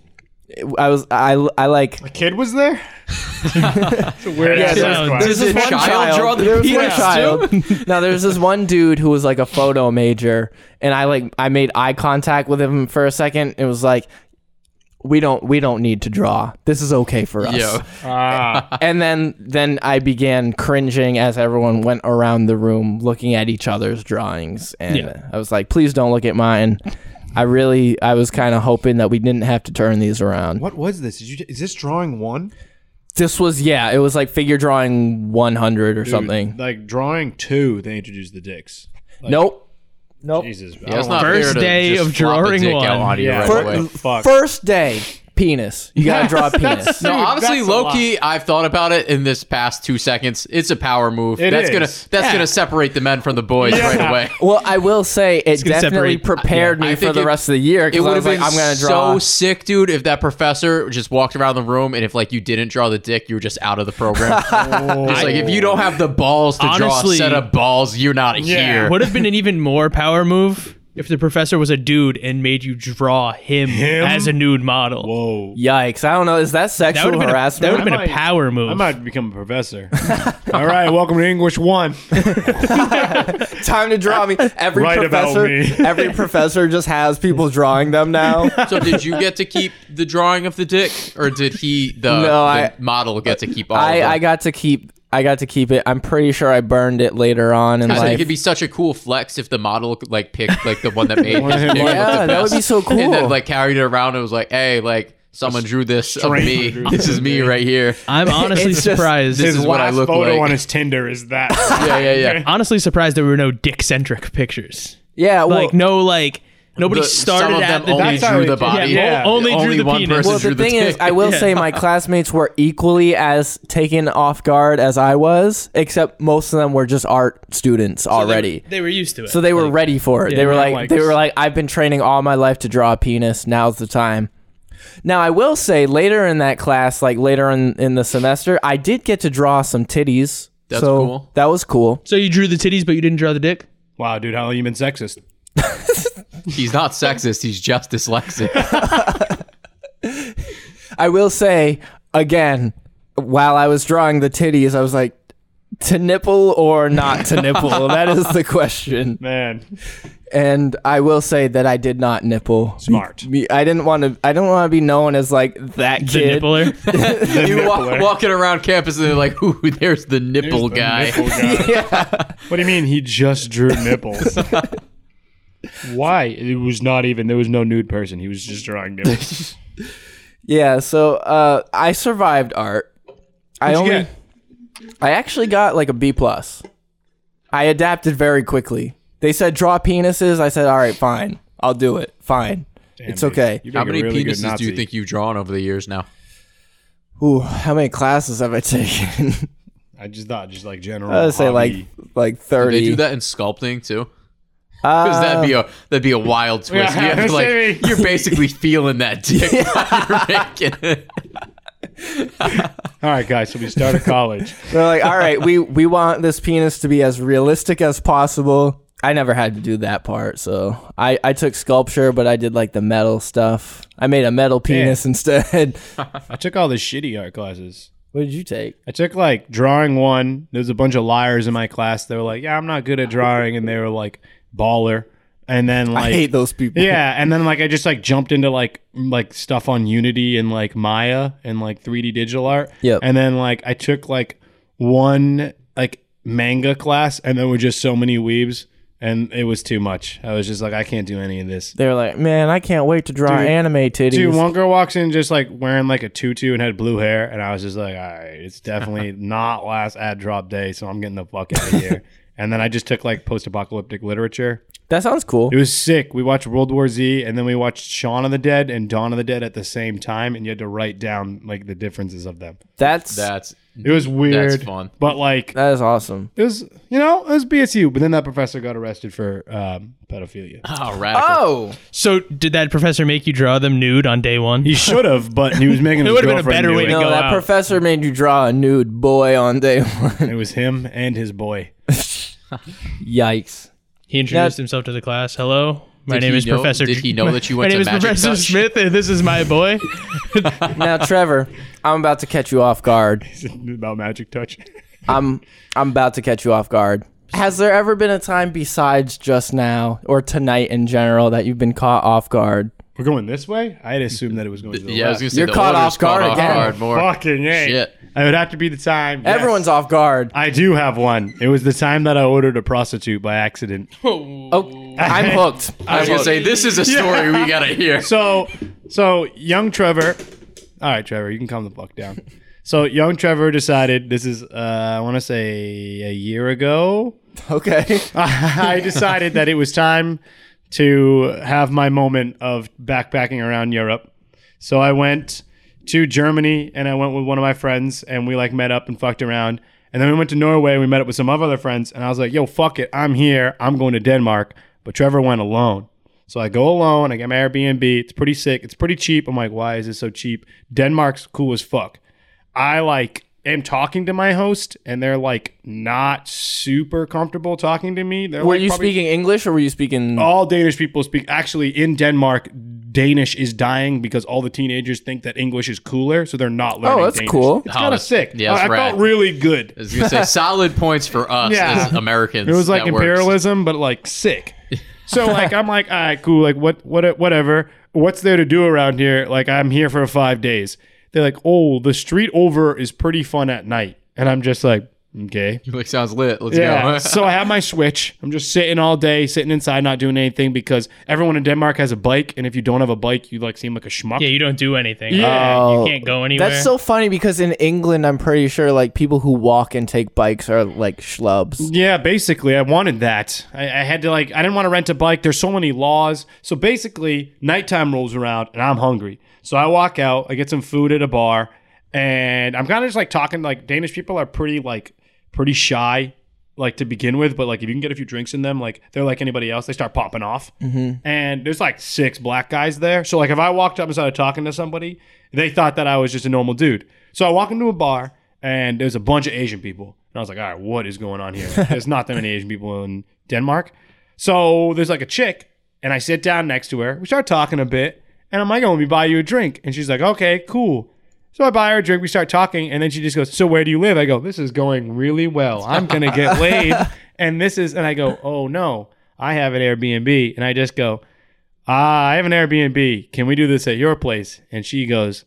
I was I I like
A kid was there? it's a weird
Yeah,
ass
there's-
Sasquatch.
there's
Did
this one
a child
child.
draw the
there was one
penis,
child. now there's this one dude who was like a photo major, and I like I made eye contact with him for a second. It was like, we don't we don't need to draw. This is okay for us.
Yo,
Ah,
And then then I began cringing as everyone went around the room looking at each other's drawings, and
Yeah.
I was like, please don't look at mine. I really I was kind of hoping that we didn't have to turn these around.
What was this? Did you, is this drawing one?
This was yeah, it was like figure drawing 100 or something.
Like drawing two, they introduced the dicks.
nope. Nope.
Jesus.
yeah, it's not
First
fair to
day
just
of
flop a
drawing
dick
one.
out on you
Yeah.
right
Fir-
away.
fuck.
First day, penis. You gotta draw a penis.
No, obviously,
that's a
low key. I've thought about it in this past two seconds. It's a power move.
It
that's
is.
gonna that's gonna separate the men from the boys right away.
Well, I will say it
gonna
definitely
separate-
prepared
yeah, I
me for
think
the
it-
rest of the year
It
because I
would have
was
been
like, I'm gonna
so
draw.
sick, dude, if that professor just walked around the room and if like you didn't draw the dick, you were just out of the program. Just like if you don't have the balls to draw a
Honestly-
set of balls, you're not here.
Would have been an even more power move if the professor was a dude and made you draw him, as a nude model.
Oh,
Whoa.
Yikes! I don't know. Is that
That
sexual
would have been, a, that
harassment?
would've been
I
a
might-
power move.
I might become a professor.
all right, welcome to English One.
Time to draw me. Every
Write about
professor,
me.
every professor just has people drawing them now.
so did you get to keep the drawing of the dick, or did he the,
No,
the
I-
model get to keep all? of
I,
them?
I got to keep. I got to keep it. I'm pretty sure I burned it later on in
I think
life.
it'd be such a cool flex if the model like picked like the one that made his
hit wonder.
dick look the
Yeah, that would
best.
be so cool.
And then like carried it around and was like, hey, like someone drew this of me. This is me right here.
I'm honestly
It's just-
surprised.
This
His
is what I
last
look
photo
like.
on his Tinder is that.
Yeah, yeah, yeah.
honestly surprised there were no dick-centric pictures.
yeah, well,
like no, like nobody
The-
started
some of
at
them
the
only
That's how
drew
it-
the body.
yeah,
o- only drew
Only
the
one
penis.
person
Well,
drew
the
the
thing is,
dick.
I will
Yeah.
say my classmates were equally as taken off guard as I was, except most of them were just art students already.
They, were used to it.
so they were ready for it. they were
not
like,
like-
they were like, I've been training all my life to draw a penis. Now's the time. Now I will say later in that class, like later in, in the semester, I did get to draw some titties.
That's
so
cool.
That was cool.
so you drew the titties, but you didn't draw the dick.
wow, dude, how long you been sexist?
He's not sexist. He's just dyslexic.
I will say again, while I was drawing the titties, I was like, to nipple or not to nipple? that is the question.
Man,
and I will say that I did not nipple.
smart.
Me- I didn't want to. I don't want to be known as like that
The
kid.
nippler.
you walk, walking around campus and they're like, ooh, there's the nipple guy.
Nipple guy. What do you mean he just drew nipples? Why? It was not even, there was no nude person. He was just drawing nipples.
Yeah. So uh, I survived art. I
What'd
only.
you
I actually got like a B plus. I adapted very quickly. They said draw penises. I said, all right, fine, I'll do it. Fine, it's
dude.
okay.
You
How
make a
many
really good
penises do you
Nazi.
think you've drawn over the years now?
Ooh, how many classes have I taken?
I just thought, just like general.
I would say like
hobby.
like thirty.
They do that in sculpting too.
Uh,
Because that'd be a that'd be a wild twist.
Yeah,
you have to, like,
see?
you're basically feeling that dick. while you're making it.
All right, guys, so we started college.
They're like, all right, we we want this penis to be as realistic as possible. I never had to do that part, so I I took sculpture, but I did like the metal stuff. I made a metal penis instead.
I took all the shitty art classes.
what did you take?
I took like drawing one. There was a bunch of liars in my class. They were like, "Yeah, I'm not good at drawing," and they were like, "Baller." And then like,
I hate those people.
yeah. And then like, I just like jumped into like m- like stuff on Unity and like Maya and like 3D digital art.
Yep.
And then like, I took like one like manga class, and there were just so many weebs, and it was too much. I was just like, I can't do any of this.
They were like, man, I can't wait to draw
Dude,
anime titties.
Dude, one girl walks in just like wearing like a tutu and had blue hair, and I was just like, all right, it's definitely not last ad drop day, so I'm getting the fuck out of here. and then I just took like post apocalyptic literature.
that sounds cool.
It was sick. We watched World War Z, and then we watched Shaun of the Dead and Dawn of the Dead at the same time, and you had to write down like the differences of them.
That's
That's
It was weird.
fun.
But like
That is awesome.
it was, you know, it was BSU. But then that professor got arrested for um, pedophilia.
Oh, radical.
Oh,
So did that professor make you draw them nude on day one?
He should have, but he was making
It
his
would've been a
girlfriend
better
do
way
it.
to
no,
go
that
out.
professor made you draw a nude boy on day one.
It was him and his boy.
Yikes.
He introduced
That-
himself to the class. Hello, my
Did
name
he
is
know-
Professor.
did he know that you went
My name
to
is
Magic
Professor
Touch?
Smith, and this is my boy.
Now, Trevor, I'm about to catch you off guard.
about magic touch.
I'm I'm about to catch you off guard. Has there ever been a time besides just now or tonight in general that you've been caught off guard?
We're going this way. I had assumed that it was going to the
Yeah, I was
left.
gonna say
You're
the
caught
order's
off guard
caught off
again.
guard more.
Fucking A.
Shit.
It would have to be the time. Yes.
Everyone's off guard.
I do have one. It was the time that I ordered a prostitute by accident.
Oh, I'm hooked.
I was gonna say this is a story we gotta hear.
So, so young Trevor. All right, Trevor, you can calm the fuck down. So young Trevor decided this is uh, I want to say a year ago.
Okay.
I decided that it was time to have my moment of backpacking around Europe. So I went to Germany and I went with one of my friends and we like met up and fucked around. And then we went to Norway and we met up with some of other friends and I was like, yo, fuck it. I'm here. I'm going to Denmark. But Trevor went alone. So I go alone. I get my Airbnb. It's pretty sick. It's pretty cheap. I'm like, why is it so cheap? Denmark's cool as fuck. I like am talking to my host and they're like not super comfortable talking to me. They're
were
like
you
probably- Oh,
speaking English or were you speaking?
all Danish people speak. Actually, in Denmark, Danish is dying because all the teenagers think that English is cooler, so they're not learning.
that's
Danish.
cool.
It's
Oh,
kind of
that's-
sick.
yeah,
I,
that's
I felt
rad.
really
I
good.
was gonna say solid points for us
Yeah.
as Americans.
It was like
That works.
imperialism, but like sick. So like I'm like, all right, cool. Like what, what, whatever. What's there to do around here? Like I'm here for five days. They're like, oh, the street over is pretty fun at night, and I'm just like, okay.
Like sounds lit. Let's
Yeah.
go.
so I have my Switch. I'm just sitting all day, sitting inside, not doing anything because everyone in Denmark has a bike, and if you don't have a bike, you like seem like a schmuck.
yeah, you don't do anything.
Oh,
you can't go anywhere.
That's so funny because in England, I'm pretty sure like people who walk and take bikes are like schlubs.
Yeah, basically, I wanted that. I, I had to like, I didn't want to rent a bike. There's so many laws. So basically, nighttime rolls around and I'm hungry. So I walk out, I get some food at a bar, and I'm kind of just like talking. Like Danish people are pretty like pretty shy, like to begin with. But like if you can get a few drinks in them, like they're like anybody else, they start popping off. And there's like six black guys there. So like if I walked up and started talking to somebody, they thought that I was just a normal dude. So I walk into a bar and there's a bunch of Asian people. And I was like, all right, what is going on here? There's not that many Asian people in Denmark. So there's like a chick, and I sit down next to her. We start talking a bit, and I'm like, oh, let me buy you a drink. And she's like, okay, cool. So I buy her a drink, we start talking, and then she just goes, So where do you live? I go, This is going really well. I'm gonna get laid. And this is and I go, Oh no, I have an Airbnb. And I just go, Ah, I have an Airbnb. Can we do this at your place? And she goes,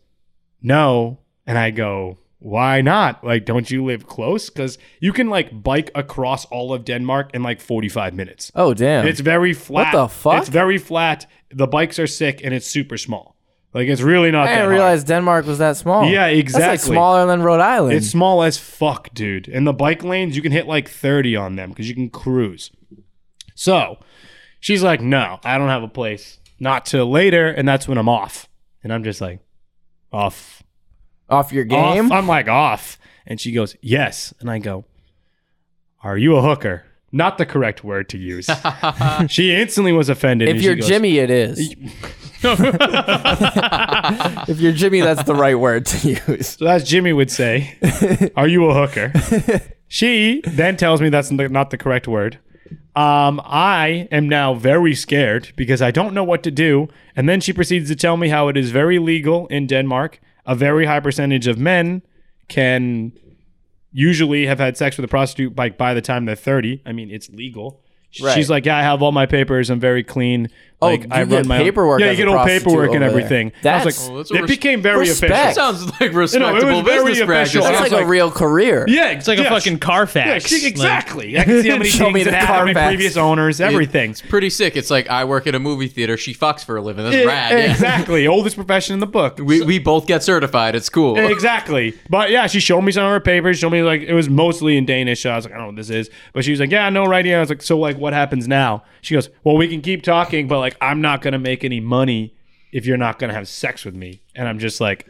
no. And I go, why not? Like, don't you live close? Because you can like bike across all of Denmark in like 45 minutes.
Oh damn!
It's very flat.
the fuck?
It's very flat. The bikes are sick and it's super small. Like, it's really not
I
that
didn't
hard.
realize Denmark was that small.
Yeah,
That's
exactly.
like smaller than Rhode Island.
It's small as fuck, dude. And the bike lanes, you can hit like 30 on them because you can cruise. So she's like, no, I don't have a place. Not till later. And that's when I'm off. And I'm just like, off.
off your
off.
game.
I'm like, off. And she goes, yes. And I go, are you a hooker? Not the correct word to use. she instantly was offended.
if
and
you're
she goes,
Jimmy, it is. if you're Jimmy, that's the right word to use.
So that's Jimmy would say, "Are you a hooker?" she then tells me that's n- not the correct word. Um, I am now very scared because I don't know what to do. And then she proceeds to tell me how it is very legal in Denmark. A very high percentage of men can usually have had sex with a prostitute by, by the time they're 30. I mean, it's legal.
Right.
She's like, yeah, I have all my papers. I'm very clean.
Oh,
like,
you
I
get paperwork
Yeah, you
as a
get all
prostitute
paperwork and
over there.
everything. I was
That's-
like,
Well,
that's a
it
res-
became very
Respect.
official.
That sounds like respectable
very
business
official.
practice.
I
That's
was
like,
like-
a real career.
Yeah,
It's like a fucking Carfax.
Yeah, she,
Like,
exactly. I can see how many
Show me
things
the
that happened to
Carfax.
previous owners, everything.
It's pretty sick. It's like I work at a movie theater. She fucks for a living. That's rad.
E-
yeah.
Exactly. Oldest profession in the book.
We, we both get certified. It's cool.
exactly. But yeah, she showed me some of her papers. Showed me like it was mostly in Danish. So I was like, I don't know what this is. But she was like, Yeah, no, right here. I was like, So like, what happens now? She goes, Well, we can keep talking, but like, I'm not gonna make any money if you're not gonna have sex with me. And I'm just like,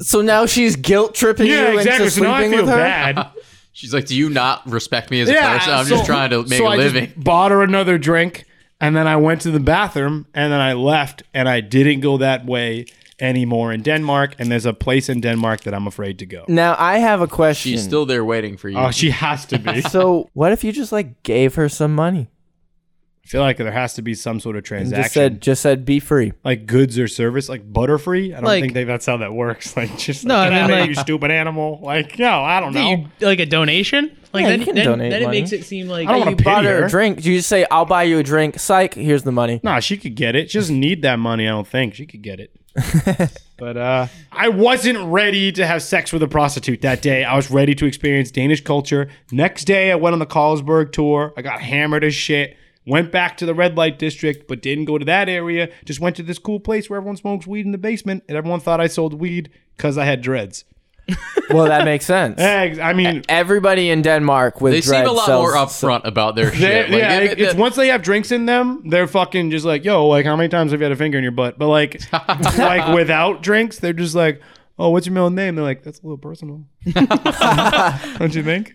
So now she's guilt tripping
Yeah,
you
exactly.
into
So now I
sleeping
feel
with her.
bad.
She's like, "Do you not respect me as a
Yeah,
person? I'm just trying to make
so
a
I just
living."
bought her another drink, and then I went to the bathroom, and then I left, and I didn't go that way anymore in Denmark. And there's a place in Denmark that I'm afraid to
Mm.
go.
Now I have a question.
She's still there waiting for you.
Oh, she has to be. I
so what if you just like gave her some money?
feel like there has to be some sort of
And
transaction,
just said just said be free.
like goods or service, like Butterfree. I don't
Like-
think they, that's how that works. Like just
No,
like, "Get
I mean,
outta here,
like-
you stupid animal. Like no, I don't know.
You- like a donation? Like
Yeah,
then,
you can
then,
donate
then it
money.
makes it seem like
I don't
You
want to
bought
pity
her
her.
a drink. You just say, I'll buy you a drink. Psych, here's the money.
Nah, she could get it. She doesn't need that money. I don't think she could get it. but uh, I wasn't ready to have sex with a prostitute that day. I was ready to experience Danish culture. Next day, I went on the Carlsberg tour. I got hammered as shit. Went back to the red light district, but didn't go to that area. Just went to this cool place where everyone smokes weed in the basement, and everyone thought I sold weed because I had dreads.
Well, that makes sense.
Eggs. I mean,
Everybody in Denmark with
they seem
dread
a lot
sells-
more upfront about their
They-
shit. Like,
yeah,
they-
it- it's
they-
once they have drinks in them, they're fucking just like, yo, like how many times have you had a finger in your butt? But like, like without drinks, they're just like, oh, what's your middle name? They're like, that's a little personal. Don't you think?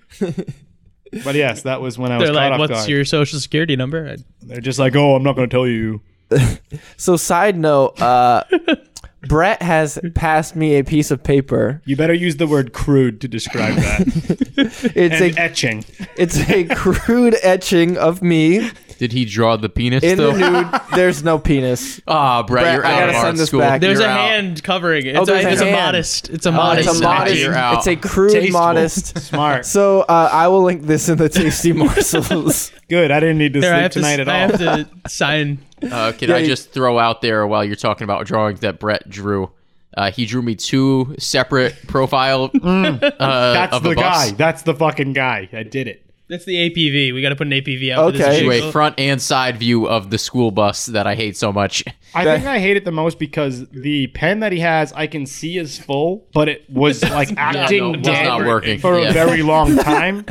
But yes, that was when I was
they're
caught
like,
off
"What's
guard.
your social security number?"
they're just like, oh, I'm not going to tell you.
So side note, uh Brett has passed me a piece of paper.
You better use the word crude to describe that.
It's
and
a
etching.
it's a crude etching of me
did he draw the penis
in the
though?
nude. There's no penis.
Ah, Brett,
Brett,
you're
I
out
gotta
of art
send this
school.
back.
There's
You're
a
out.
hand covering it. It's,
Oh, there's
a,
a
it's a
hand. Uh,
modest. It's a
Oh,
modest.
It's a
Nice.
modest.
You're out.
It's a crude
Tasteful.
modest.
Smart.
So uh, I will link this in the tasty morsels.
Good. I didn't need to
There, I
sleep
have to,
tonight
I
at all.
have to uh, sign.
Uh, can
Yeah,
I
you-
just throw out there while you're talking about drawings that Brett drew? Uh, he drew me two separate profile. uh,
Mm. That's
of a
the
bus.
guy. That's the fucking guy. I did it.
That's the APV. We got to put an APV out. For
Okay.
this
Do
jingle.
a front and side view of the school bus that I hate so much.
I think I hate it the most because the pen that he has, I can see is full, but it was like acting
no, it's
dead
not working.
for
Yeah.
a very long time.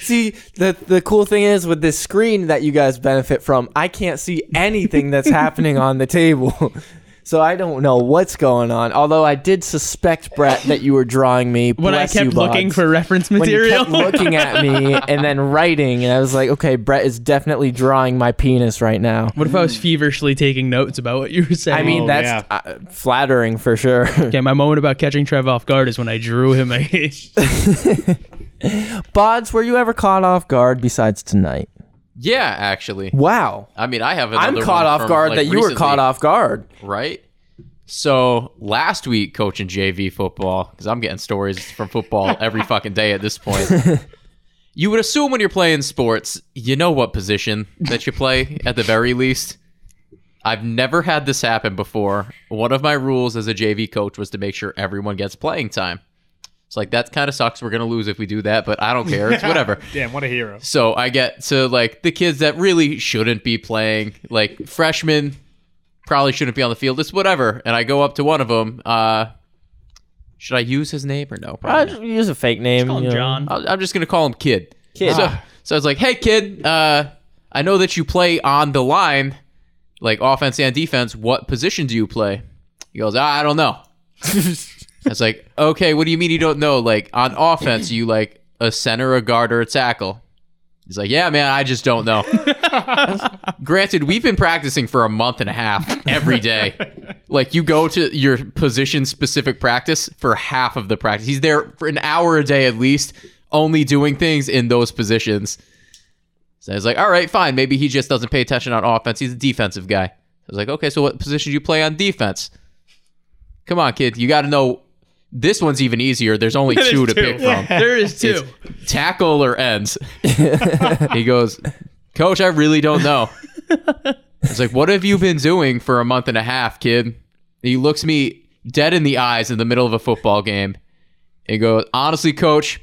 see, the the cool thing is with this screen that you guys benefit from, I can't see anything that's happening on the table. So I don't know what's going on. Although I did suspect Brett that you were drawing me.
When I
Bless you,
kept looking
Bugs.
for reference
when you
material,
kept looking at me and then writing, and I was like, okay, Brett is definitely drawing my penis right now.
what if I was feverishly taking notes about what you were saying?
I mean,
Oh,
that's uh, flattering for sure.
okay. My moment about catching Trev off guard is when I drew him a.
Bods, were you ever caught off guard besides tonight?
Yeah, actually.
Wow.
I mean, I have another
I'm
one
caught off
from,
guard
like,
that you were
recently,
caught off guard.
Right? So last week, coaching JV football, because I'm getting stories from football every fucking day at this point. You would assume when you're playing sports, you know what position that you play at the very least. I've never had this happen before. One of my rules as a JV coach was to make sure everyone gets playing time. It's like that kind of sucks. We're gonna lose if we do that, but I don't care. It's whatever.
Damn, what a hero.
So I get to like the kids that really shouldn't be playing, like freshmen probably shouldn't be on the field. It's whatever. And I go up to one of them. Uh, should I use his name or no?
I
Probably not.
just use a fake name. you know.
John.
I'll- I'm just gonna call him Kid.
Kid.
So, so I was like, hey Kid, uh, I know that you play on the line, like offense and defense. What position do you play? He goes, ah, I don't know. I was like, okay, what do you mean you don't know? Like on offense, you like a center, a guard, or a tackle. He's like, yeah, man, I just don't know. Granted, we've been practicing for a month and a half every day. like you go to your position specific practice for half of the practice. He's there for an hour a day at least, only doing things in those positions. So I was like, all right, fine. Maybe he just doesn't pay attention on offense. He's a defensive guy. I was like, okay, so what position do you play on defense? Come on, kid. You got to know. This one's even easier. There's only two to pick from
There is two.
tackle or ends? he goes, Coach, I really don't know. It's like, what have you been doing for a month and a half, kid? And he looks me dead in the eyes in the middle of a football game. He goes, honestly, coach,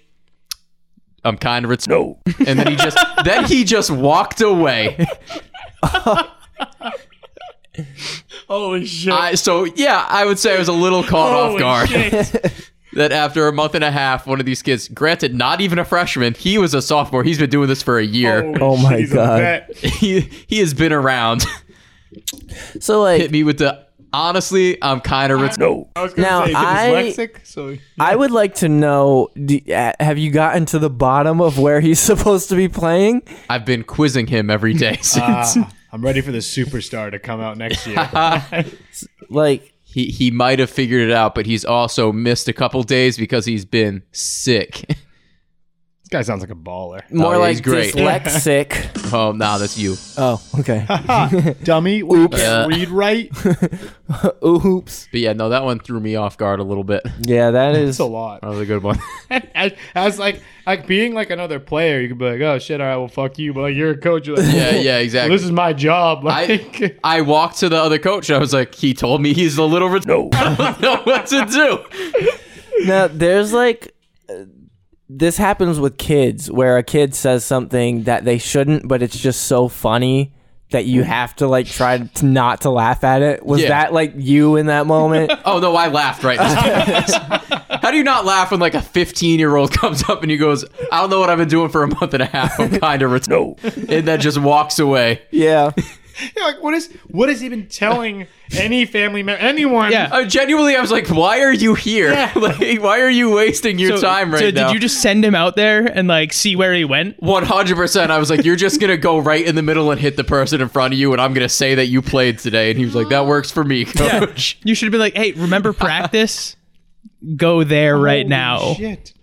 I'm kind of ret- no. And then he just then he just walked away.
Holy shit.
I, so yeah, I would say I was a little caught off guard. that after a month and a half, one of these kids, granted, not even a freshman, he was a sophomore. He's been doing this for a year.
Oh my God.
he he has been around.
So like,
Hit me with the Honestly, I'm kind of ret-
I was
Now,
say, is it
I-
dyslexic? So
I would like to know do, uh, have you gotten to the bottom of where he's supposed to be playing?
I've been quizzing him every day since.
Ah, I'm ready for the superstar to come out next year.
Like,
he he might have figured it out, but he's also missed a couple days because he's been sick.
this guy sounds like a baller.
more
Oh, yeah, he's
like
great.
dyslexic.
oh, nah, that's you.
oh, okay.
Dummy, we can't
Yeah.
read right.
Oops.
But yeah, no, that one threw me off guard a little bit. That
Yeah, that is.
It's a lot.
was a good one.
I, I was like, like being like another player, you could be like, oh shit, all right, well fuck you, but you're a coach. You're like,
yeah, yeah,
well,
exactly.
this is my job. Like,
I, I walked to the other coach. I was like, he told me he's a little ret- no. I don't know what to do.
now there's like uh, this happens with kids where a kid says something that they shouldn't but it's just so funny that you have to like try to not to laugh at it was
Yeah.
that like you in that moment
Oh no, I laughed right. How do you not laugh when like a 15 year old comes up and he goes, "I don't know what I've been doing for a month and a half. I'm kind of ret- no," and then just walks away.
yeah
you're like, what is what has he been telling any family member, anyone?
Yeah.
I genuinely, I was like, "Why are you here? like, why are you wasting your
So-
time right
so
now?"
Did you just send him out there and like see where he went?
100%. I was like, "You're just gonna go right in the middle and hit the person in front of you, and I'm gonna say that you played today." And he was like, "That works for me, coach."
You should have been like, hey, remember practice? Go there right
Holy
now.
Shit,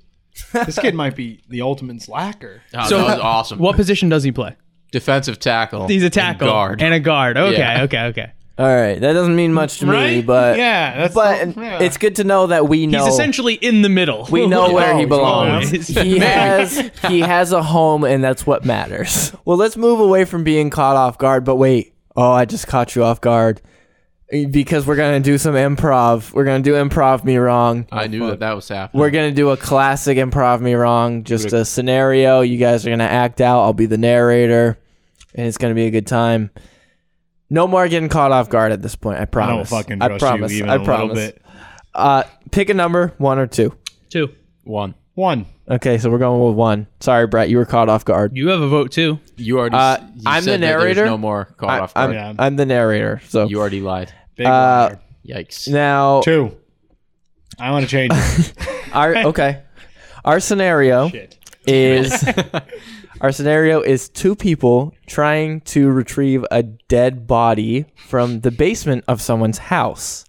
this kid might be the ultimate slacker.
Oh, that was awesome.
What position does he play?
defensive tackle?
He's a
and
tackle
guard.
and a guard. Okay,
Yeah.
okay, okay.
all right that doesn't mean much to me but
yeah, that's
but
the- yeah.
it's good to know that we know
He's essentially in the middle.
we know where he
always,
belongs.
always.
He has he has a home, and that's what matters. Well, let's move away from being caught off guard. But wait, oh, I just caught you off guard Eh, because we're gonna do some improv. We're gonna do improv me wrong.
I knew that that was happening.
We're gonna do a classic improv me wrong. Just a scenario. You guys are gonna act out. I'll be the narrator, and it's gonna be a good time. No more getting caught off guard at this point. I
I
promise.
don't fucking trust
promise.
you even
I
a little
promise.
bit.
Uh, pick a number, one or two.
Two.
One.
One.
Okay, so we're going with one. Sorry, Brett, you were caught off guard.
You have a vote too.
You already.
Uh,
you
I'm
said
the
that there's
narrator.
No more caught
I,
off
I'm,
guard.
Yeah.
I'm the narrator. So
You already lied.
Big
Uh,
liar.
Yikes.
now,
Two. I want to change it.
our okay, our scenario
Shit.
is our scenario is two people trying to retrieve a dead body from the basement of someone's house.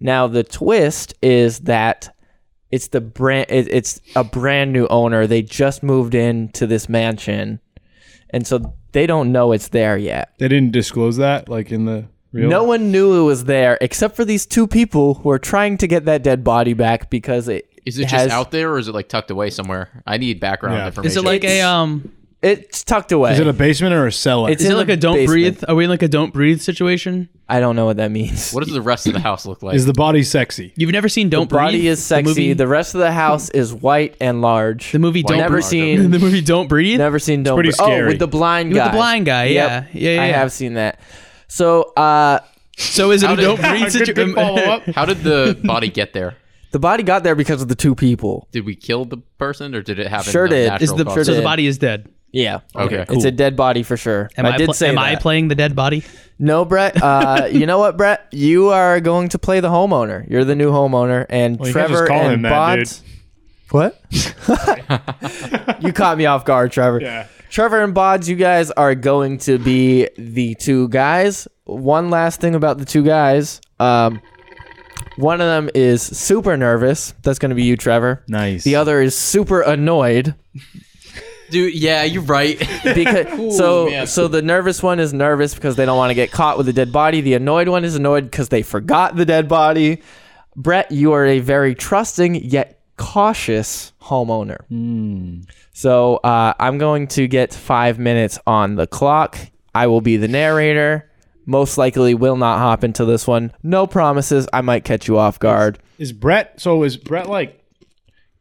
Now the twist is that it's the brand it, it's a brand new owner. They just moved into this mansion, and so they don't know it's there yet.
They didn't disclose that, like in the real.
No one knew it was there except for these two people who are trying to get that dead body back because it
Is it just
has-
out there or is it like tucked away somewhere? I need background
Yeah.
information.
Is it like a um?
It's tucked away.
Is it a basement or a cellar?
It's
Is it
in
like
the
a don't
basement.
breathe? Are we in like a don't breathe situation?
I don't know what that means.
What does the rest of the house look like?
Is the body sexy?
You've never seen Don't Breathe?
body is sexy.
The movie,
The rest of the house is white and large.
the movie Don't
never
Breathe.
seen.
the movie Don't Breathe.
never seen. Don't
pretty
Breathe. Oh,
scary.
with the blind
With
guy.
the blind guy,
Yep.
yeah. Yeah, yeah,
I
yeah.
have seen that. So uh,
So is it a
did-
Don't Breathe
Good, good follow
situation?
up.
How did the body get there?
the body got there because of the two people.
Did we kill the person or did it happen?
Sure
of
did.
natural
Is the
causes?
so the
did.
body is dead?
Yeah.
Okay,
It's
cool.
a dead body for sure.
Am
I did
pla-
say
Am
that.
I playing the dead body?
No, Brett. Uh, you know what, Brett? You are going to play the homeowner. You're the new homeowner, and
you can't just
Trevor
call him
and
that,
Bot.
dude.
What? you caught me off guard, Trevor.
Yeah.
Trevor and Bods, you guys are going to be the two guys. One last thing about the two guys. Um, one of them is super nervous. That's going to be you, Trevor.
Nice.
The other is super annoyed
Dude, yeah, you're right.
because so
man.
so the nervous one is nervous because they don't want to get caught with a dead body. The annoyed one is annoyed because they forgot the dead body. Brett, you are a very trusting yet cautious homeowner. So uh, I'm going to get five minutes on the clock. I will be the narrator. Most likely will not hop into this one. No promises. I might catch you off guard.
Is Brett so is Brett like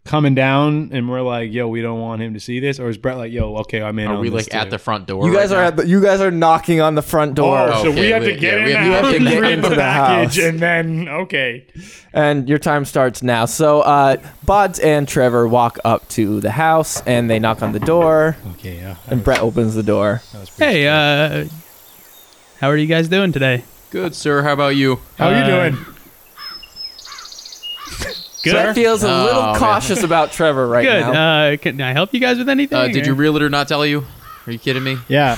coming down and we're like, yo, we don't want him to see this? Or is Brett like, yo, okay, I'm in.
Are
on
we
this
like at
too.
the front door?
You guys
right
are
now?
at the, you guys are knocking on the front door.
Oh, so
Okay,
we have to
we-
get
yeah,
in
we have-
and
you have
out
to
and
get
read
into
the
the
package
house.
and then okay.
and your time starts now. So uh, Bods and Trevor walk up to the house, and they knock on the door,
Okay, yeah.
and Brett opens the door.
Hey, uh, how are you guys doing today?
Good, sir. How about you?
How you
Uh,
doing?
Good.
Brett feels a little
Oh, man.
cautious about Trevor right
Good.
now.
Uh, can I help you guys with anything?
Uh, did
or-
your realtor not tell you? Are you kidding me?
Yeah.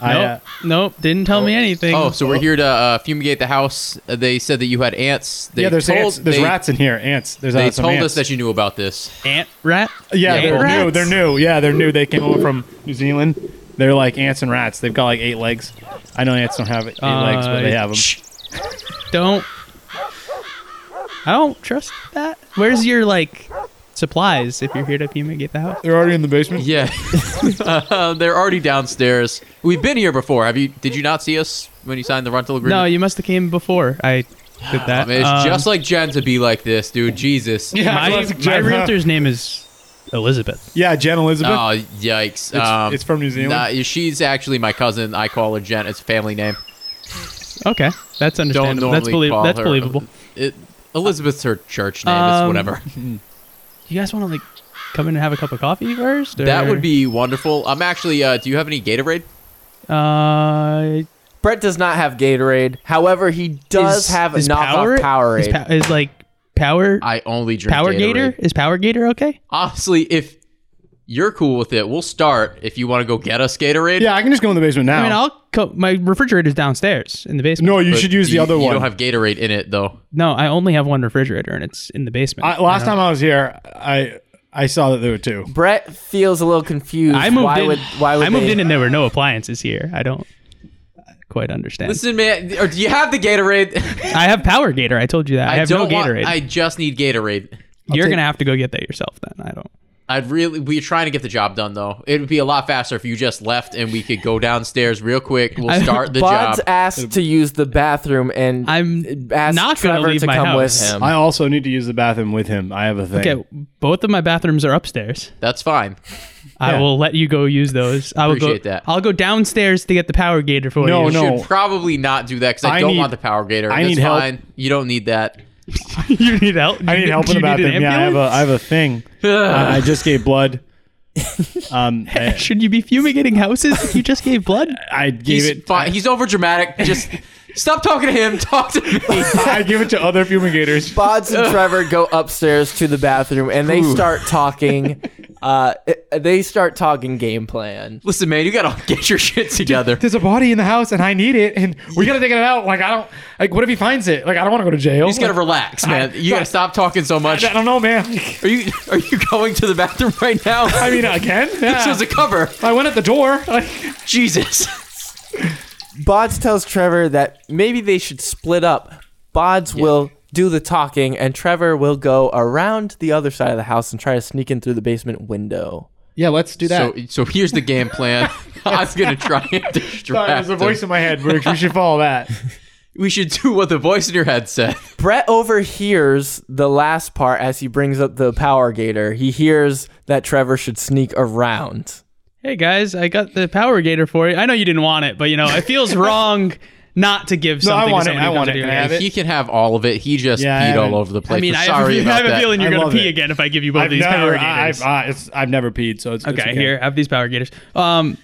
I, uh,
Nope. Nope. Didn't tell me anything.
Oh, so we're here to uh, fumigate the house. Uh, They said that you had ants. They
yeah, there's
told,
ants. There's
they,
rats in here. Ants. There's
They
uh, some
told
ants.
us that you knew about this.
ant rat.
Yeah,
Ant
they're new.
rats?
They're new. Yeah, they're new. They came over from New Zealand. They're like ants and rats. They've got like eight legs. I know ants don't have eight legs, but they
Uh,
have them.
shh. Don't. I don't trust that. Where's your like supplies if you're here to fumigate the house?
They're already in the basement.
Yeah, uh, they're already downstairs. We've been here before. Have you? Did you not see us when you signed the rental agreement?
No, you must have came before I did
I
that.
mean, it's
Um,
just like Jen to be like this, dude. Jesus.
Yeah,
my,
that's
my
Jen, huh?
realtor's name is Elizabeth.
Yeah, Jen Elizabeth.
Oh yikes! Um,
It's- it's from New Zealand?
Nah, she's actually my cousin. I call her Jen. It's a family name.
Okay, that's
Don't
understandable.
normally
That's belie-
call
That's
her.
believable.
It, Elizabeth's her church name.
Um,
it's whatever.
You guys want to like come in and have a cup of coffee first? Or?
That would be wonderful. I'm actually. Uh, do you have any Gatorade?
Uh,
Brett does not have Gatorade. However, he does
is-
have a
is
knockoff
Powerade-
Powerade.
Is, pa- is like power
I only drink
power
Gatorade.
gator? Is power gator okay?
Honestly, if you're cool with it, we'll start. If you want to go get us Gatorade.
yeah, I can just go in the basement now.
I mean, I'll co- my refrigerator's downstairs in the basement.
no, you
but
should use the
you-
other
You
one.
don't have Gatorade in it though.
No, I only have one refrigerator and it's in the basement.
I, last time I was here, I I saw that there were two.
Brett feels a little confused.
I moved
why
in.
Would, why would
I moved
they-
in and there were no appliances here. I don't quite understand.
Listen, man. Or do you have the Gatorade?
I have power gator. I told you that. I, have no
don't want-
Gatorade.
I just need Gatorade.
You're gonna have to go get that yourself. Then I don't.
I'd really we're trying to get the job done though. It would be a lot faster if you just left and we could go downstairs real quick. We'll
I-
start the
Bud's
job.
asked to use the bathroom and
I'm
asked
not gonna
Trevor
leave
to
my
come
house.
with him.
I also need to use the bathroom with him. I have a thing.
Okay, both of my bathrooms are upstairs.
That's fine.
Yeah.
I will let you go use those. I will
Appreciate
go.
that.
I'll go downstairs to get the power gator for
No,
you.
Oh, no.
Should probably not do that because I,
I
don't
need-
want the power gator.
I
That's
need help.
fine. You don't need that.
you need help.
I need help in the bathroom. Yeah, I have a I have a thing. I, I just gave blood. Um, I,
Should you be fumigating houses if you just gave blood?
I gave
He's
it.
fine. He's over dramatic. Just stop talking to him. Talk to me.
I give it to other fumigators.
Bods and Trevor go upstairs to the bathroom and they start talking. uh, they start talking game plan.
Listen, man, you gotta get your shit together.
There's a body in the house, and I need it, and we gotta take it out. Like I don't. Like what if he finds it? Like I don't want to go to jail.
You just gotta relax, man. You gotta stop talking so much.
I
Are
don't know, man.
you are you going to the bathroom right now?
I mean, again.
this was a cover.
I went at the door. Like,
Jesus.
Bods tells Trevor that maybe they should split up. Bods will do the talking, and Trevor will go around the other side of the house and try to sneak in through the basement window.
yeah, let's do
So, so here's the game plan. I was gonna try and distract.
Sorry, there's a
him.
voice in my head. Briggs. We should follow that.
We should do what the voice in your head said.
Brett overhears the last part as he brings up the power gator. He hears that Trevor should sneak around.
Hey guys, I got the power gator for you. I know you didn't want it, but you know it feels wrong not to give
No, I
something
want
to
it.
somebody
I
who
want
comes
it.
to
Can
do
I have it?
He can have all of it. He just
Yeah, I
peed all
haven't-
over the place.
I mean,
We're
I,
sorry
I
about
have a
that.
feeling you're
I
gonna
love
pee
it.
again if I give you both
I've
these
never,
power
I-
gators.
I've, I, it's, I've never peed, so it's it's
okay, here, have these power gators. Um,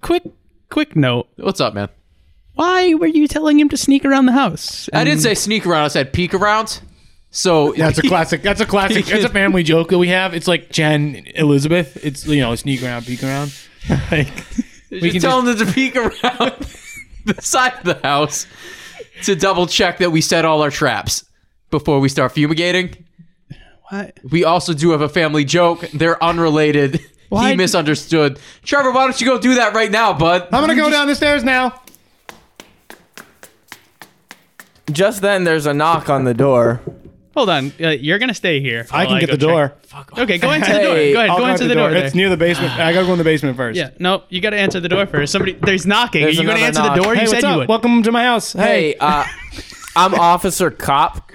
quick, quick note.
What's up, man?
Why were you telling him to sneak around the house?
I didn't say sneak around. I said peek around. So
That's Mm. a classic. That's a classic. That's a family joke that we have. It's like Jen, Elizabeth. It's you know, sneak around, peek around. like,
we
can
can tell him to peek around the side of the house to double check that we set all our traps before we start fumigating.
What?
We also do have a family joke. They're unrelated.
Why-
He misunderstood. Trevor, why don't you go do that right now, bud?
I'm gonna go down the stairs now.
Just then, there's a knock on the door.
Hold on, uh, you're gonna stay here.
I
while
can get
Oh, go
the door.
check- Okay, go into the door.
Hey,
Go ahead,
I'll
go
go out
into the door.
It's
there.
near the basement. I gotta go in the basement first.
Yeah, no, you gotta answer the door first. Somebody, there's knocking.
There's
Are you gonna
another
answer
knock.
the door?
Hey,
you
what's
said you
up?
would.
Welcome to my house. Hey,
Hey, uh, I'm Officer Cop.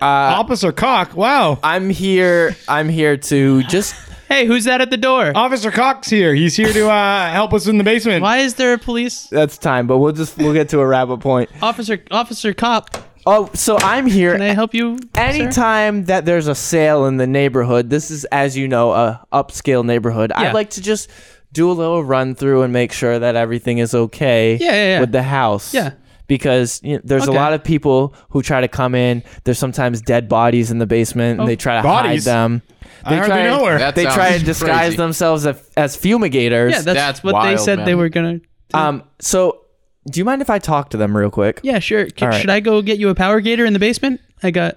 uh,
Officer Cock. Wow,
I'm here. I'm here to just.
Hey, who's that at the door?
Officer Cock's here. He's here to uh, help us in the basement.
Why is there a police
That's time, but we'll just we'll get to a rabbit point.
officer? Officer cop,
Oh, so I'm here.
can I help you? sir?
Anytime that there's a sale in the neighborhood, this is as you know a upscale neighborhood.
Yeah.
I'd like to just do a little run through and make sure that everything is okay
Yeah, yeah, yeah.
with the house.
Yeah.
because you know, there's
Okay.
a lot of people who try to come in. There's sometimes dead bodies in the basement, and
Oh.
they try to
Bodies?
hide them. They
hardly
try
know her.
That
they try
sounds
to disguise
crazy.
themselves as, as fumigators.
Yeah, that's,
That's
what
wild,
they said they
man.
were gonna.
um. So, do you mind if I talk to them real quick?
Yeah, sure. Can,
All right.
Should I go get you a power gator in the basement? I got.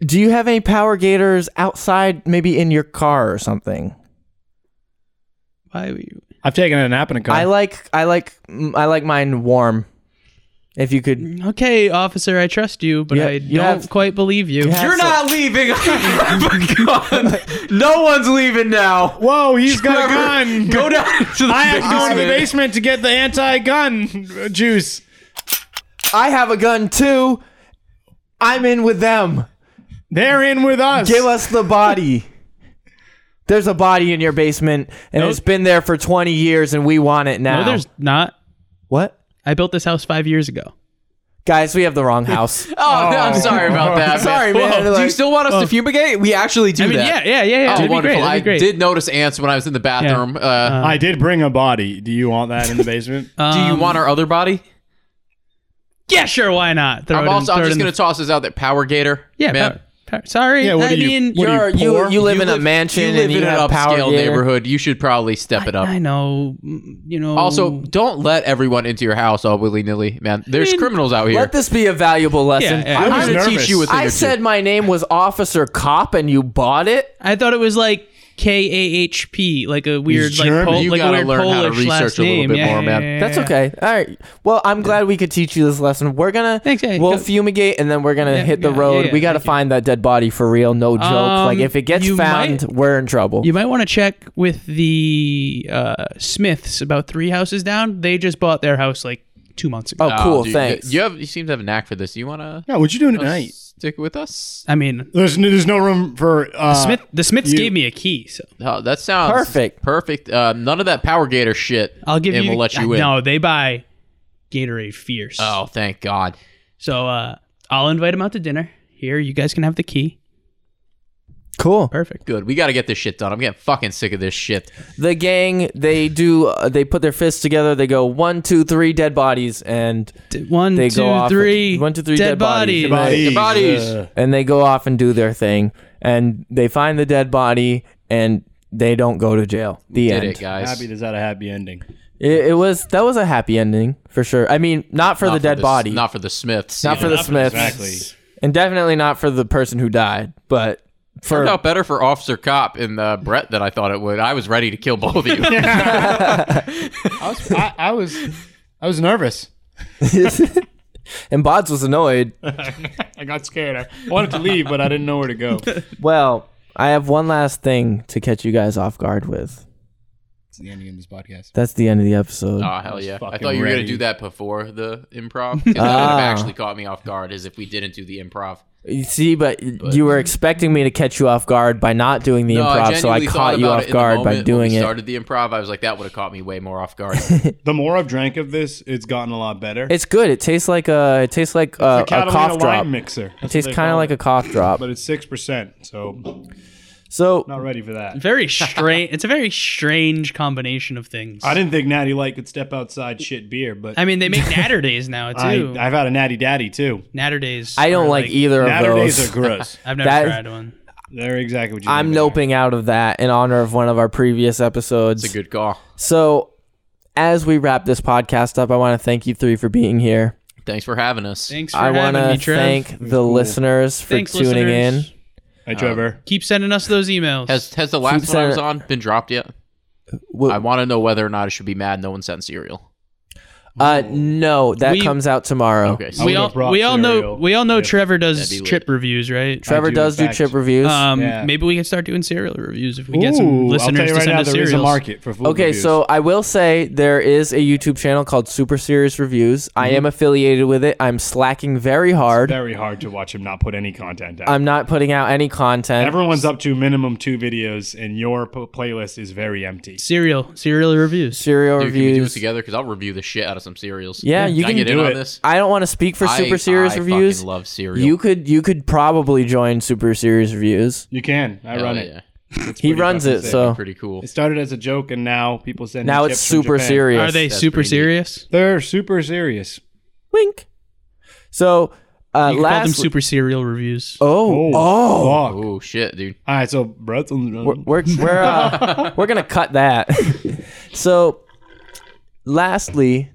Do you have any power gators outside, maybe in your car or something?
Why? were you-
I've taken a nap in a car.
I like I like mm, I like mine warm. If you could,
Okay, officer, I trust you, but
Yeah,
I
you
don't
have-
quite believe you.
have-
You're not leaving. no one's leaving now.
Whoa, he's got a
Trevor,
gun.
Go down to the
I have to go in the basement
basement.
to get the anti-gun juice.
I have a gun too. I'm in with them.
They're in with us.
Give us the body. There's a body in your basement, and it's been there for 20 years, and we want it now.
No, there's not.
what?
I built this house five years ago.
Guys, we have the wrong house.
Oh, no, I'm sorry about that.
Sorry, man.
Whoa. Do you
Like-
still want us to fumigate? We actually do
I mean,
that.
yeah, yeah, yeah, yeah.
Oh,
That'd be great.
wonderful. I
That'd be great.
did notice ants when I was in the bathroom. Uh,
I did bring a body. Do you want that in the basement?
do you
Um,
want our other body?
Yeah, sure. Why not? Throw it
I'm
in-
also.
throw it
I'm just
in the-
gonna toss this out there. Power Gator.
Yeah.
man.
power- power- sorry.
Yeah, what
I
do you-
mean,
what do you-
You're- you,
poor?
you live
You
in a
live-
mansion
you live
and you
in
have
an
power
upscale
gator.
neighborhood. You should probably step it up.
I know. mm, You know.
Also, don't let everyone into your house all willy nilly, man. There's
mean,
criminals out here.
Let this be a valuable lesson.
Yeah, yeah.
I'm
I was
gonna teach
nervous.
you a thing or
I
two.
said my name was Officer Cop, and you bought it.
I thought it was like K A H P, like a weird, like,
German.
Pol-
You
like a
gotta
weird
learn how
Polish
to research
last
a little
name.
bit
Yeah,
more,
yeah,
man.
yeah,
That's
yeah.
okay. All right. Well, I'm glad we could teach you this lesson. We're gonna
Thanks, yeah,
we'll
go-
fumigate and then we're gonna
Yeah,
hit the
yeah,
road.
yeah,
we gotta
thank you.
find that dead body for real. No joke.
Um,
like if it gets
you
found,
might-
we're in trouble.
You might want to check with the uh, Smiths about three houses down. They just bought their house like two months ago.
oh, cool.
Ah, dude,
thanks.
You have. You seem to have a knack for this. You want to
yeah, what you doing tonight?
stick with us?
I mean,
There's no, there's no room for uh,
Smith. The Smiths
you-
gave me a key, so
Oh, that sounds
Perfect.
Perfect. Uh, none of that Power Gator shit.
I'll give
and
you.
We'll let you in.
No, they buy Gatorade Fierce.
Oh, thank God.
so uh, I'll invite them out to dinner. Here, you guys can have the key.
cool.
Perfect.
Good. We got to get this shit done. I'm getting fucking sick of this shit.
The gang they do. Uh, they put their fists together. They go one, two, three dead bodies, and
D- One,
They
two,
go
three.
off- one, two, three, dead bodies.
bodies.
Dead bodies.
The bodies.
Uh,
and they go off and do their thing, and they find the dead body, and they don't go to jail. The
Did
end.
it, guys.
Happy is that a happy ending?
It, it was that was a happy ending for sure. I mean, not for
Not
the dead
s-
body,
Not for the Smiths.
not
Yeah.
for the Smiths,
Exactly.
and definitely not for the person who died, but for
Turned out better for Officer Cop and uh, Brett than I thought it would. I was ready to kill both of you.
I was, I, I was, I was nervous.
and Bods was annoyed.
I got scared. I wanted to leave, but I didn't know where to go.
Well, I have one last thing to catch you guys off guard with.
It's the ending of this podcast.
That's the end of the episode.
oh hell yeah! I
fucking
thought you were gonna
ready.
do that before the improv. It would
Ah.
have actually caught me off guard as if we didn't do the improv.
you see, but, you were expecting me to catch you off guard by not doing the improv, so I
genuinely thought
caught you
about it
off
in the
guard
moment
by
when
doing
we
it.
Started the improv. I was like, that would have caught me way more off guard.
The more I've drank of this, it's gotten a lot better.
It's good. It tastes like a it tastes like
the
a, a
Catalina
cough drop.
lime mixer.
It tastes kind of like a cough drop.
but it's six percent, so
So
not ready for that.
Very strange. it's a very strange combination of things.
I didn't think Natty Light could step outside shit beer, but
I mean, they make Natter Days now too.
I, I've had a Natty Daddy too.
Natter Days.
I don't
are,
like, either of
Natter
those.
days are gross.
I've never
that-
tried one.
They're exactly what you.
I'm
think they are.
noping out of that in honor of one of our previous episodes.
It's a good call.
so, as we wrap this podcast up, I want to thank you three for being here.
Thanks for having us.
Thanks for
I want
having me,
to
Trev.
thank the listeners for
Thanks,
tuning
listeners.
in.
Hey Trevor,
Keep sending us those emails.
Has has the last
Keep
one I was
saying-
on been dropped yet?
Well,
I want to know whether or not I should be mad no one sent cereal.
Uh, no, that
We-
comes out tomorrow.
Okay, so
we
would've
all
brought
we all know
cereal
we all know
if-
Trevor does
That'd be lit.
trip reviews, right?
Trevor
do,
does
in
do
fact.
trip reviews.
Um,
Yeah.
maybe we can start doing cereal reviews if we get some
Ooh, I'll tell
listeners
you
to
right
send
now,
us
there is a
cereals.
market for food.
okay,
reviews.
so I will say there is a YouTube channel called Super Series Reviews.
Mm-hmm.
I am affiliated with it. I'm slacking very hard.
very hard to watch him not put any content out.
I'm not putting out any content.
Everyone's up to minimum two videos, and your p- playlist is very empty.
Cereal, cereal reviews.
Cereal
Dude, can we do it
reviews.
together? Because I'll review the shit out of some cereals.
Yeah, you
I
can
get
do
in
it.
on this.
I don't want to speak for
I-
Super Series
I
Reviews.
Fucking love cereal.
You could you could probably join Super Series Reviews.
You can. I
Hell
run
yeah.
it. It's
He
pretty
runs
fucking
it,
sick.
so
Pretty cool.
it started as a joke, and now people send. me
now it's
tips from
super
Japan.
serious.
Are they
that's
super
pretty neat.
serious?
They're super serious.
Wink. So uh,
You could call them
last.
super serial reviews.
oh, oh,
Fuck. All
Oh shit, dude.
right, so Brett's on
we're we're we're, uh, we're gonna cut that. so, lastly,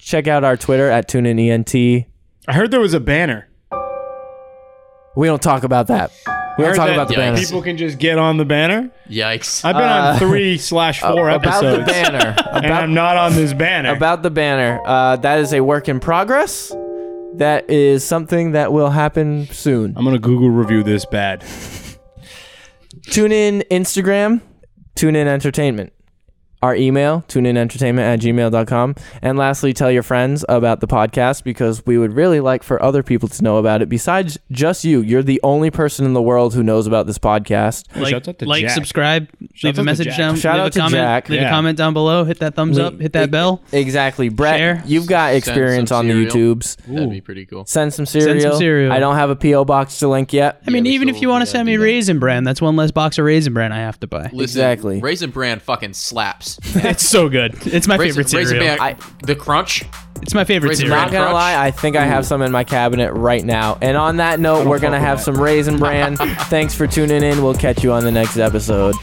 check out our Twitter at TuneInENT.
I heard there was a banner.
We don't talk about that. We
I
don't
heard
talk
that
about the banner.
People can just get on the banner.
Yikes.
I've been on three slash four
Uh, about the
episodes,
banner.
and
About
I'm not on this banner.
about the banner. Uh, that is a work in progress. That is something that will happen soon.
I'm gonna Google review this bad.
Tune in Instagram, tune in entertainment. Our email, tuneinentertainment at gmail.com. And lastly, tell your friends about the podcast because we would really like for other people to know about it besides just you. You're the only person in the world who knows about this podcast.
Shout out
Like,
to
like
Jack.
subscribe,
out
leave
to
a message
Jack.
down,
Shout
leave
out
a
to
comment,
Jack.
leave
Yeah.
a comment down below, hit that thumbs up, hit that bell.
Exactly. Brett,
Share.
you've got experience on
some
the
cereal.
YouTubes.
That'd be pretty cool.
Send some cereal.
cereal.
I don't have a P.O. box to link yet.
I mean,
we
even if
still-
you
we
want to
gotta
send
do
me
that.
Raisin Bran, that's one less box of Raisin Bran I have to buy.
Listen,
Exactly.
Raisin Bran fucking slaps.
it's so good. It's my
Raisin,
favorite
Raisin
cereal.
Bran,
I-
the crunch.
it's my favorite
Raisin
cereal.
Bran.
Not gonna
Crunch.
lie, I think I have some in my cabinet right now. And on that note, we're gonna have some raisin bran. Thanks for tuning in. We'll catch you on the next episode.